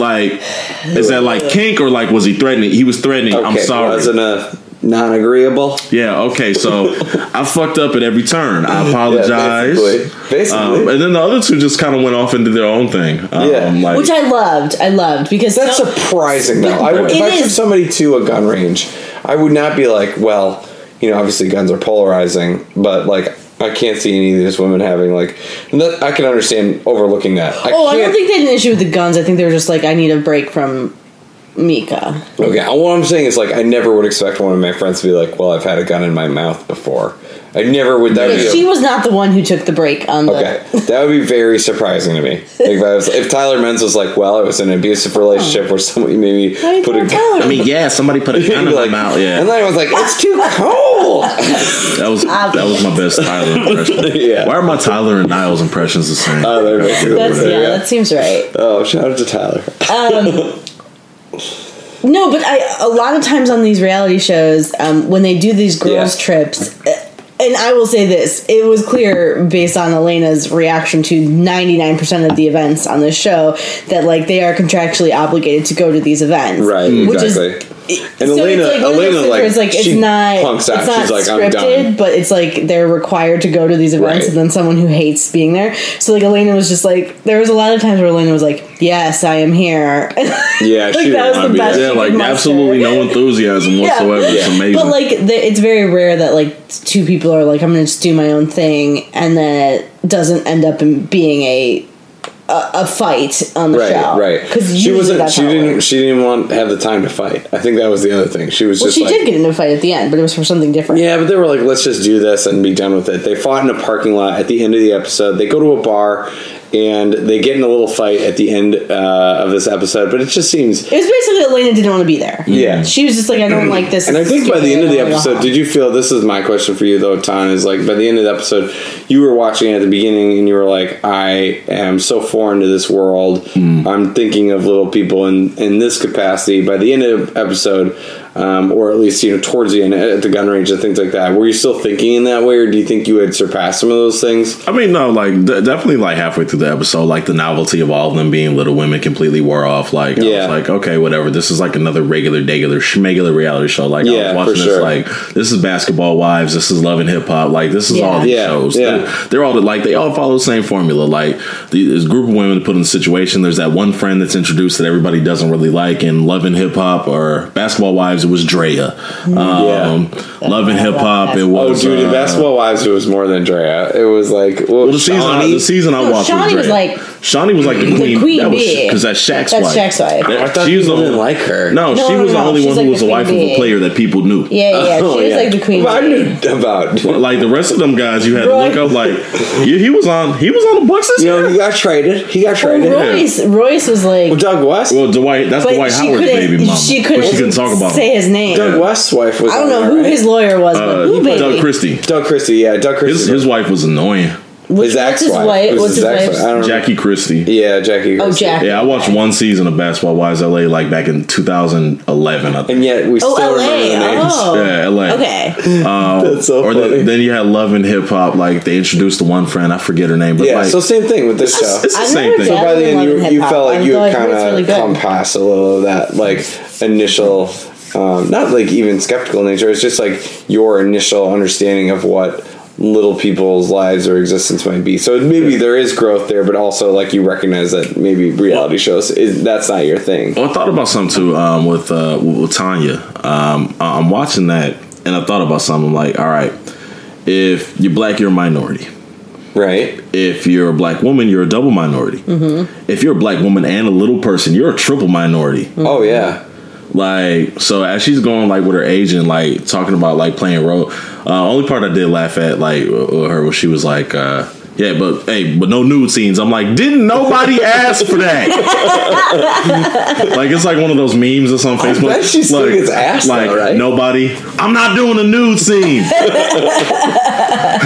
Speaker 3: like, is that like kink or like was he threatening? He was threatening.
Speaker 2: okay,
Speaker 3: I'm sorry.
Speaker 2: Wasn't a non-agreeable.
Speaker 3: Yeah, okay, so I fucked up at every turn. I apologize.
Speaker 2: basically. Basically.
Speaker 3: Um, and then the other two just kind of went off and did their own thing. Um,
Speaker 2: Yeah.
Speaker 3: like,
Speaker 4: which I loved. I loved because
Speaker 2: That's
Speaker 4: so-
Speaker 2: surprising, though. I would, if
Speaker 4: It
Speaker 2: I took
Speaker 4: is.
Speaker 2: somebody to a gun range, I would not be like, well, you know, obviously guns are polarizing, but like, I can't see any of these women having like. and that- I can understand overlooking that. I
Speaker 4: oh, I
Speaker 2: can't,
Speaker 4: don't think they had an issue with the guns. I think they were just like, I need a break from Mika.
Speaker 2: Okay, uh, what I'm saying is like, I never would expect one of my friends to be like, well, I've had a gun in my mouth before. I never would. That would be a-
Speaker 4: She was not the one who took the break on the.
Speaker 2: Okay, that would be very surprising to me. Like if, I was, if Tyler Menz was like, "Well, I was in an abusive relationship where somebody maybe
Speaker 4: Oh. Why
Speaker 2: put a
Speaker 4: didn't
Speaker 2: gun,"
Speaker 4: tell her?
Speaker 3: I mean, yeah, somebody put a gun
Speaker 2: You'd
Speaker 3: in
Speaker 2: be
Speaker 3: my
Speaker 2: like,
Speaker 3: mouth.
Speaker 2: and
Speaker 3: Yeah,
Speaker 2: then I was like, "It's too cold."
Speaker 3: that was that was my best Tyler impression.
Speaker 2: Yeah.
Speaker 3: Why are my Tyler and Niles impressions the same?
Speaker 2: Oh, they're basically
Speaker 4: That's,
Speaker 2: the
Speaker 4: yeah,
Speaker 2: same.
Speaker 4: that seems right.
Speaker 2: Oh, shout out to Tyler.
Speaker 4: Um, No, but I a lot of times on these reality shows, um, when they do these girls'
Speaker 2: Yeah.
Speaker 4: trips, uh, and I will say this, it was clear based on Elena's reaction to ninety nine percent of the events on this show that like they are contractually obligated to go to these events,
Speaker 2: Right,
Speaker 4: Which is-
Speaker 2: exactly. and
Speaker 4: so
Speaker 2: Elena,
Speaker 4: it's like one of those
Speaker 2: Elena,
Speaker 4: things where
Speaker 2: like,
Speaker 4: it's like it's
Speaker 2: she
Speaker 4: not,
Speaker 2: punks out.
Speaker 4: it's not
Speaker 2: She's like,
Speaker 4: scripted,
Speaker 2: "I'm done."
Speaker 4: but it's like they're required to go to these events,
Speaker 2: Right.
Speaker 4: and then someone who hates being there. So like Elena was just like, there was a lot of times where Elena was like, "Yes, I am here."
Speaker 2: Yeah,
Speaker 4: Like,
Speaker 2: she
Speaker 4: that
Speaker 2: didn't
Speaker 4: was the
Speaker 2: want to be
Speaker 4: best.
Speaker 2: there.
Speaker 3: yeah, like
Speaker 4: muster.
Speaker 3: absolutely no enthusiasm whatsoever. It's
Speaker 2: Yeah.
Speaker 3: amazing.
Speaker 4: but like, the, it's very rare that like two people are like, "I'm going to just do my own thing," and then it doesn't end up in being a a, a fight on the
Speaker 2: Right,
Speaker 4: show,
Speaker 2: right.
Speaker 4: Because
Speaker 2: she
Speaker 4: was
Speaker 2: wasn't. She didn't. She didn't want have the time to fight. I think that was the other thing. She was
Speaker 4: Well,
Speaker 2: just
Speaker 4: she
Speaker 2: like,
Speaker 4: did get into a fight at the end, but it was for something different.
Speaker 2: Yeah, but they were like, let's just do this and be done with it. They fought in a parking lot at the end of the episode. They go to a bar and they get in a little fight at the end uh, of this episode. But it just seems.
Speaker 4: It was basically Elena didn't want to be there.
Speaker 2: Yeah.
Speaker 4: She was just like, I don't like this.
Speaker 2: And I
Speaker 4: It's
Speaker 2: think by the
Speaker 4: stupid.
Speaker 2: end of the
Speaker 4: I don't wanna go
Speaker 2: episode,
Speaker 4: home.
Speaker 2: did you feel this is my question for you though, Tan, is like by the end of the episode, you were watching it at the beginning and you were like, I am so foreign to this world. I'm thinking of little people in, in this capacity. By the end of the episode, um, or at least, you know, towards the end at the gun range and things like that, were you still thinking in that way or do you think you had surpassed some of those things?
Speaker 3: I mean, no, like de- definitely like halfway through the episode, like the novelty of all of them being little women completely wore off. Like,
Speaker 2: Yeah.
Speaker 3: I was like, okay, whatever. This is like another regular, degular, schmegular reality show. Like,
Speaker 2: Yeah,
Speaker 3: I
Speaker 2: for
Speaker 3: was watching
Speaker 2: sure.
Speaker 3: this, like, this is Basketball Wives, this is Love and Hip Hop. Like, this is all these
Speaker 2: Yeah.
Speaker 3: shows.
Speaker 2: Yeah.
Speaker 3: They're, they're all like, they all follow the same formula. Like, the- there's a group of women put in a situation. There's that one friend that's introduced that everybody doesn't really like. In Love and Hip Hop or Basketball Wives, it was Drea. Um, Love and Hip Hop, it
Speaker 2: Oh,
Speaker 3: was.
Speaker 2: dude, in
Speaker 3: uh,
Speaker 2: Basketball Wives, it was more than Drea. It was like, well,
Speaker 3: well, the season, I, the season I
Speaker 4: No,
Speaker 3: watched,
Speaker 4: Shawnee was
Speaker 3: Drea.
Speaker 4: like-
Speaker 3: Shawnee was like the queen.
Speaker 4: queen
Speaker 3: that
Speaker 4: bee.
Speaker 3: because that's Shaq's
Speaker 4: That's
Speaker 3: wife.
Speaker 4: Shaq's wife.
Speaker 3: That-
Speaker 2: I thought
Speaker 3: she was
Speaker 2: people
Speaker 3: the-
Speaker 2: didn't like her.
Speaker 3: No,
Speaker 4: No,
Speaker 3: she
Speaker 4: no,
Speaker 3: was
Speaker 4: no,
Speaker 3: the only
Speaker 4: she's
Speaker 3: one
Speaker 4: like
Speaker 3: who was
Speaker 4: the
Speaker 3: the wife
Speaker 4: queen
Speaker 3: of
Speaker 4: bee.
Speaker 3: a player that people knew. Uh,
Speaker 4: Yeah, yeah.
Speaker 2: Oh,
Speaker 4: she was
Speaker 2: yeah.
Speaker 4: like the queen.
Speaker 2: I knew about.
Speaker 3: Like the rest of them guys, you had
Speaker 4: Roy-
Speaker 3: to look up. Like he, he was on, he was on the Bucks this
Speaker 2: You
Speaker 3: year.
Speaker 2: know, he got traded. He got traded.
Speaker 4: Well, Oh, Royce, Royce was like,
Speaker 2: Well, Doug West.
Speaker 3: Well, Dwight, that's
Speaker 4: but
Speaker 3: Dwight
Speaker 4: she
Speaker 3: Howard's
Speaker 4: couldn't.
Speaker 3: baby mama.
Speaker 4: she
Speaker 3: but
Speaker 4: couldn't.
Speaker 3: she couldn't talk about
Speaker 4: say
Speaker 3: him.
Speaker 4: his name.
Speaker 2: Doug West's wife was.
Speaker 4: I don't
Speaker 2: on
Speaker 4: know
Speaker 2: there,
Speaker 4: who
Speaker 2: right?
Speaker 4: his lawyer was, but
Speaker 3: Uh,
Speaker 4: who baby?
Speaker 3: Doug Christie.
Speaker 2: Doug Christie. Yeah, Doug
Speaker 3: His
Speaker 2: Christie.
Speaker 3: his wife was annoying.
Speaker 4: Which-
Speaker 2: his
Speaker 4: what's
Speaker 2: ex
Speaker 4: his wife?
Speaker 2: wife.
Speaker 4: What's his wife's-
Speaker 2: I don't know.
Speaker 3: Jackie Christie.
Speaker 2: Yeah, Jackie.
Speaker 4: Oh,
Speaker 2: Christie.
Speaker 4: Jack.
Speaker 3: Yeah, I watched one season of Basketball Wives LA like back in 2011. I think.
Speaker 2: And yet we
Speaker 4: Oh,
Speaker 2: still remember
Speaker 4: L.A.
Speaker 2: the names.
Speaker 4: Oh,
Speaker 3: Yeah, LA.
Speaker 4: Okay.
Speaker 2: That's so
Speaker 3: or the-
Speaker 2: funny.
Speaker 3: then you had Love and Hip Hop. Like they introduced the one friend, I forget her name, but
Speaker 2: yeah.
Speaker 3: like
Speaker 2: so same thing with this show.
Speaker 3: it's the
Speaker 4: I've
Speaker 3: same
Speaker 4: never
Speaker 3: thing.
Speaker 4: done
Speaker 3: So
Speaker 2: By the end,
Speaker 4: Love
Speaker 2: you,
Speaker 4: and
Speaker 2: you
Speaker 4: Hip
Speaker 2: felt
Speaker 4: Hop.
Speaker 2: like you
Speaker 4: Although
Speaker 2: had
Speaker 4: I've heard
Speaker 2: kind
Speaker 4: it's
Speaker 2: of
Speaker 4: really good.
Speaker 2: come past a little of that, like initial, um, not like even skeptical nature. It's just like your initial understanding of what little people's lives or existence might be. So maybe there is growth there, but also like you recognize that maybe reality shows is that's not your thing.
Speaker 3: Well, oh, I thought about something too um, with uh, with Tanya. Um, I- I'm watching that, and I thought about something. I'm like, all right, if you're black, you're a minority.
Speaker 2: Right?
Speaker 3: If you're a black woman, you're a double minority.
Speaker 2: Mm-hmm.
Speaker 3: If you're a black woman and a little person, you're a triple minority.
Speaker 2: Oh
Speaker 4: Mm-hmm.
Speaker 2: yeah.
Speaker 3: Like so, as she's going like with her agent, like talking about like playing role. Uh, only part I did laugh at like uh, her was she was like, uh, "Yeah, but hey, but no nude scenes." I'm like, didn't nobody ask for that? like it's like one of those memes or something. Facebook.
Speaker 2: bet she still
Speaker 3: like,
Speaker 2: gets asked
Speaker 3: like
Speaker 2: though, right?
Speaker 3: nobody. I'm not doing a nude scene.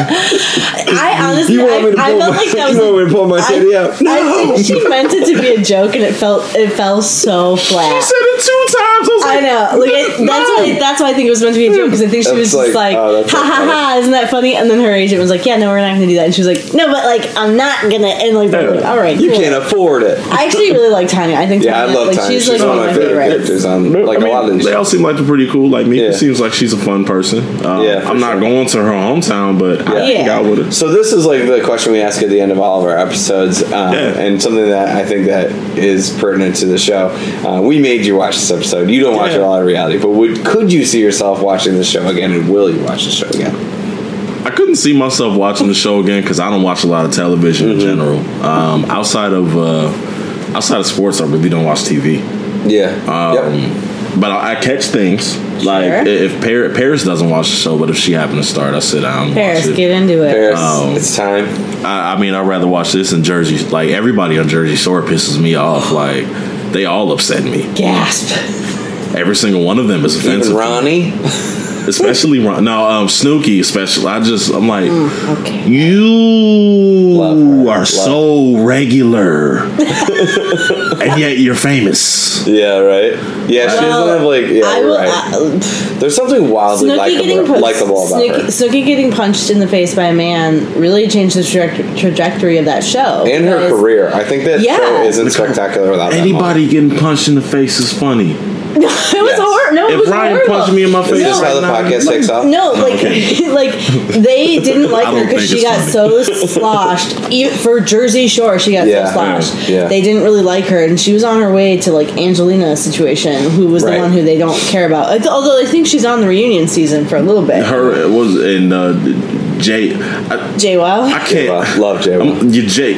Speaker 4: I honestly,
Speaker 2: You want
Speaker 4: I,
Speaker 2: me to
Speaker 4: I
Speaker 2: pull
Speaker 4: felt
Speaker 2: my,
Speaker 4: like that
Speaker 2: you want
Speaker 4: was.
Speaker 2: me to pull my
Speaker 4: I-
Speaker 2: titty out?
Speaker 4: I think she meant it to be a joke, and it felt it fell so
Speaker 3: I
Speaker 4: flat.
Speaker 3: said it two times. I was
Speaker 4: I
Speaker 3: like,
Speaker 4: know. Like it, that's why. That's why I think it was meant to be a joke because I think she was
Speaker 2: That's
Speaker 4: just
Speaker 2: like-
Speaker 4: like,
Speaker 2: oh,
Speaker 4: ha
Speaker 2: that's so
Speaker 4: ha ha, isn't that funny? And then her agent was like, yeah, no, we're not going to do that. And she was like, no, but like I'm not gonna. And like, they were like all right,
Speaker 2: You
Speaker 4: cool.
Speaker 2: can't afford it.
Speaker 4: I actually really like Tanya. I think
Speaker 2: Yeah, I
Speaker 4: Tanya,
Speaker 2: love
Speaker 4: like,
Speaker 2: Tanya.
Speaker 4: She's,
Speaker 2: She's,
Speaker 4: like
Speaker 2: one of my favorite characters on like
Speaker 3: I mean,
Speaker 2: a lot of these
Speaker 3: they all seem like they're pretty cool. Like Mika
Speaker 2: Yeah.
Speaker 3: seems like she's a fun person. Um,
Speaker 2: Yeah, for
Speaker 3: I'm not
Speaker 2: sure.
Speaker 3: going to her hometown, but I
Speaker 4: Yeah.
Speaker 3: think I would have.
Speaker 2: So this is like the question we ask at the end of all of our episodes, um,
Speaker 3: Yeah.
Speaker 2: and something that I think that is pertinent to the show. Uh, we made you watch this episode. You don't watch
Speaker 3: Yeah.
Speaker 2: a lot of reality, but would could you see yourself watching this show again, and will you watch the show again?
Speaker 3: I couldn't see myself watching the show again because I don't watch a lot of television in general. Um, outside of uh, outside of sports, I really don't watch TV.
Speaker 2: Yeah.
Speaker 3: Um,
Speaker 2: yep.
Speaker 3: But I, I catch things like
Speaker 4: Sure.
Speaker 3: i- if Paris, Paris doesn't watch the show, but if she happened to start, I sit down. And
Speaker 4: Paris,
Speaker 3: watch
Speaker 4: get
Speaker 3: it.
Speaker 4: into it.
Speaker 2: Paris,
Speaker 3: um,
Speaker 2: it's time.
Speaker 3: I, I mean, I'd rather watch this in Jersey. Like everybody on Jersey Shore pisses me off. Like they all upset me.
Speaker 4: Gasp.
Speaker 3: Every single one of them is offensive,
Speaker 2: Even Ronnie.
Speaker 3: especially Ron. No, um, Snooky, especially. I just I'm like.
Speaker 4: Mm. Okay.
Speaker 3: You
Speaker 2: her.
Speaker 3: are
Speaker 2: Love
Speaker 3: so regular, and yet you're famous.
Speaker 2: Yeah. Right. Yeah. she doesn't have like. Yeah.
Speaker 4: I
Speaker 2: you're
Speaker 4: will. uh,
Speaker 2: right.
Speaker 4: I-
Speaker 2: There's something wildly
Speaker 4: Snooki getting
Speaker 2: likable,
Speaker 4: punched,
Speaker 2: likable about
Speaker 4: Snooki,
Speaker 2: her.
Speaker 4: Snooki getting punched in the face by a man really changed the traje- trajectory of that show
Speaker 2: And her
Speaker 4: because-
Speaker 2: career. I think that
Speaker 4: Yeah.
Speaker 2: show isn't spectacular without that moment.
Speaker 3: Anybody getting punched in the face is funny.
Speaker 4: No, it was
Speaker 2: Yes.
Speaker 4: horrible. No, it
Speaker 3: If
Speaker 4: was
Speaker 3: Ryan
Speaker 4: horrible.
Speaker 3: punched me in my
Speaker 2: Is
Speaker 3: face
Speaker 2: this
Speaker 3: right
Speaker 2: how the
Speaker 3: now,
Speaker 2: podcast takes off?
Speaker 4: No, like,
Speaker 3: Oh. Okay.
Speaker 4: like they didn't like
Speaker 3: I
Speaker 4: her
Speaker 3: don't
Speaker 4: because
Speaker 3: think
Speaker 4: she
Speaker 3: it's
Speaker 4: got so sloshed. Even for Jersey Shore, she got
Speaker 2: Yeah,
Speaker 4: so sloshed.
Speaker 2: yeah.
Speaker 4: They didn't really like her, and she was on her way to like Angelina's situation, who was
Speaker 2: Right.
Speaker 4: the one who they don't care about. Like, Although I think she's on the reunion season for a little bit.
Speaker 3: Her it was in uh, Jay. I,
Speaker 4: Jay Wow.
Speaker 3: I can't.
Speaker 2: Love Jay.
Speaker 3: You Jay.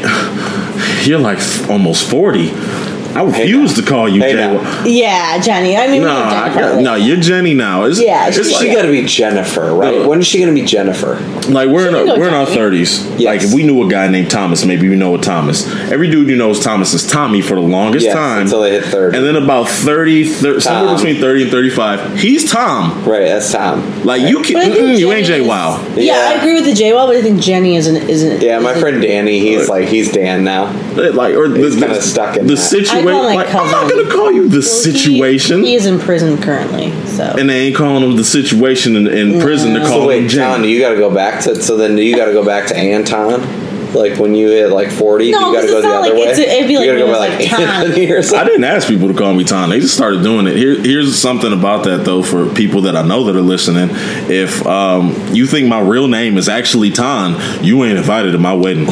Speaker 3: You're like almost forty. I refuse to call you
Speaker 2: Hey,
Speaker 3: Jenny.
Speaker 2: now.
Speaker 4: Yeah, Jenny. I mean,
Speaker 3: No,
Speaker 4: we've
Speaker 3: I
Speaker 4: done
Speaker 3: got,
Speaker 4: probably.
Speaker 3: no, you're Jenny now. It's,
Speaker 4: Yeah,
Speaker 3: it's
Speaker 4: she's
Speaker 3: like,
Speaker 2: She got to be Jennifer, right?
Speaker 3: Yeah.
Speaker 2: When is she going to be Jennifer?
Speaker 3: like we're in
Speaker 4: She
Speaker 3: our,
Speaker 4: knows
Speaker 3: we're in our
Speaker 4: Tommy.
Speaker 3: thirties. Like if we knew a guy named Thomas, maybe we know a Thomas. Every dude you know is Thomas is Tommy for the longest
Speaker 2: Yes,
Speaker 3: time
Speaker 2: until they hit 30.
Speaker 3: and then about 30, thir- somewhere
Speaker 2: Tom.
Speaker 3: between thirty and thirty-five, he's Tom.
Speaker 2: Right, that's Tom.
Speaker 3: Like you
Speaker 4: But I
Speaker 3: can,
Speaker 4: think
Speaker 3: mm-mm, you
Speaker 4: Jenny
Speaker 3: ain't Jay
Speaker 4: is-
Speaker 3: Wow.
Speaker 4: Yeah, I
Speaker 2: Yeah.
Speaker 4: agree with the J Wall, but I think Jenny is an isn't.
Speaker 2: Yeah, my
Speaker 4: isn't-
Speaker 2: friend Danny, he's like, he's Dan now.
Speaker 3: Like or the,
Speaker 2: He's kinda
Speaker 3: the-
Speaker 2: stuck in
Speaker 3: the
Speaker 2: that.
Speaker 3: situation.
Speaker 4: I call my
Speaker 3: Like, I'm not
Speaker 4: cousin.
Speaker 3: gonna call you the
Speaker 4: Well, he-
Speaker 3: situation.
Speaker 4: He, is in prison currently, so
Speaker 3: and they ain't calling him the situation in, in
Speaker 2: Mm,
Speaker 3: prison. They're
Speaker 2: So
Speaker 3: calling him
Speaker 2: wait, John,
Speaker 3: Jenny.
Speaker 2: you got to go back to. So then you got to go back to Anton. Like when you hit like forty,
Speaker 4: No,
Speaker 2: you got to
Speaker 4: 'cause
Speaker 2: go
Speaker 4: it's
Speaker 2: the
Speaker 4: not
Speaker 2: other
Speaker 4: like-
Speaker 2: way.
Speaker 4: it's- it'd be like
Speaker 2: you gotta
Speaker 4: when it
Speaker 2: go
Speaker 4: was,
Speaker 2: by
Speaker 4: like,
Speaker 2: like
Speaker 4: Tom.
Speaker 2: Anthony or
Speaker 3: I
Speaker 2: something.
Speaker 3: didn't ask people to call me Tom. They just started doing it. Here, here's something about that though for people that I know that are listening. If um, you think my real name is actually Ton, you ain't invited to my wedding.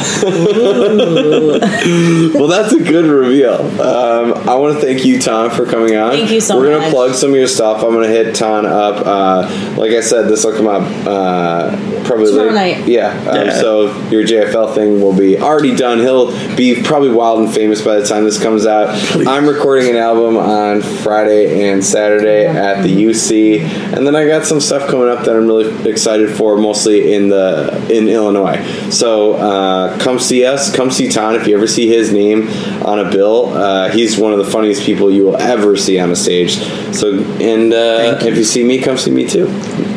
Speaker 2: well, that's a good reveal. Um, I want to thank you, Tom, for coming on.
Speaker 4: Thank you so
Speaker 2: We're gonna
Speaker 4: much.
Speaker 2: plug some of your stuff. I'm gonna hit Tom up. Uh, like I said, this will come up uh, probably
Speaker 4: Tomorrow
Speaker 2: late-
Speaker 4: night.
Speaker 2: Yeah. Um,
Speaker 3: Yeah.
Speaker 2: So your JFL thing will be already done. He'll be probably wild and famous by the time this comes out. I'm recording an album on Friday and Saturday at the UC, and then I got some stuff coming up that I'm really excited for, mostly in the in Illinois. So uh, come see us. Come see Ton if you ever see his name on a bill. Uh, he's one of the funniest people you will ever see on a stage. So and uh, if you see me, come see me too.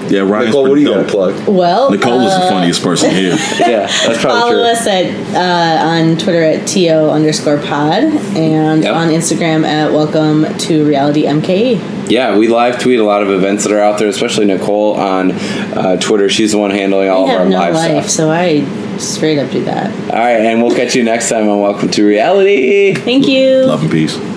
Speaker 3: Yeah, Ryan's
Speaker 2: Nicole, what do
Speaker 3: pretty
Speaker 2: you got to
Speaker 3: dope.
Speaker 2: plug?
Speaker 4: well,
Speaker 3: Nicole is the
Speaker 4: uh,
Speaker 3: funniest person here.
Speaker 2: Yeah, that's probably
Speaker 4: Follow
Speaker 2: true.
Speaker 4: us at uh, on Twitter at to underscore pod and
Speaker 2: Yep.
Speaker 4: on Instagram at welcome to reality E. MKE.
Speaker 2: Yeah, we live tweet a lot of events that are out there, especially Nicole on uh, Twitter. She's the one handling all
Speaker 4: I
Speaker 2: of our
Speaker 4: have no
Speaker 2: live
Speaker 4: life,
Speaker 2: stuff.
Speaker 4: so I straight up do that.
Speaker 2: All right, and we'll catch you next time on Welcome to Reality.
Speaker 4: Thank you.
Speaker 3: Love and peace.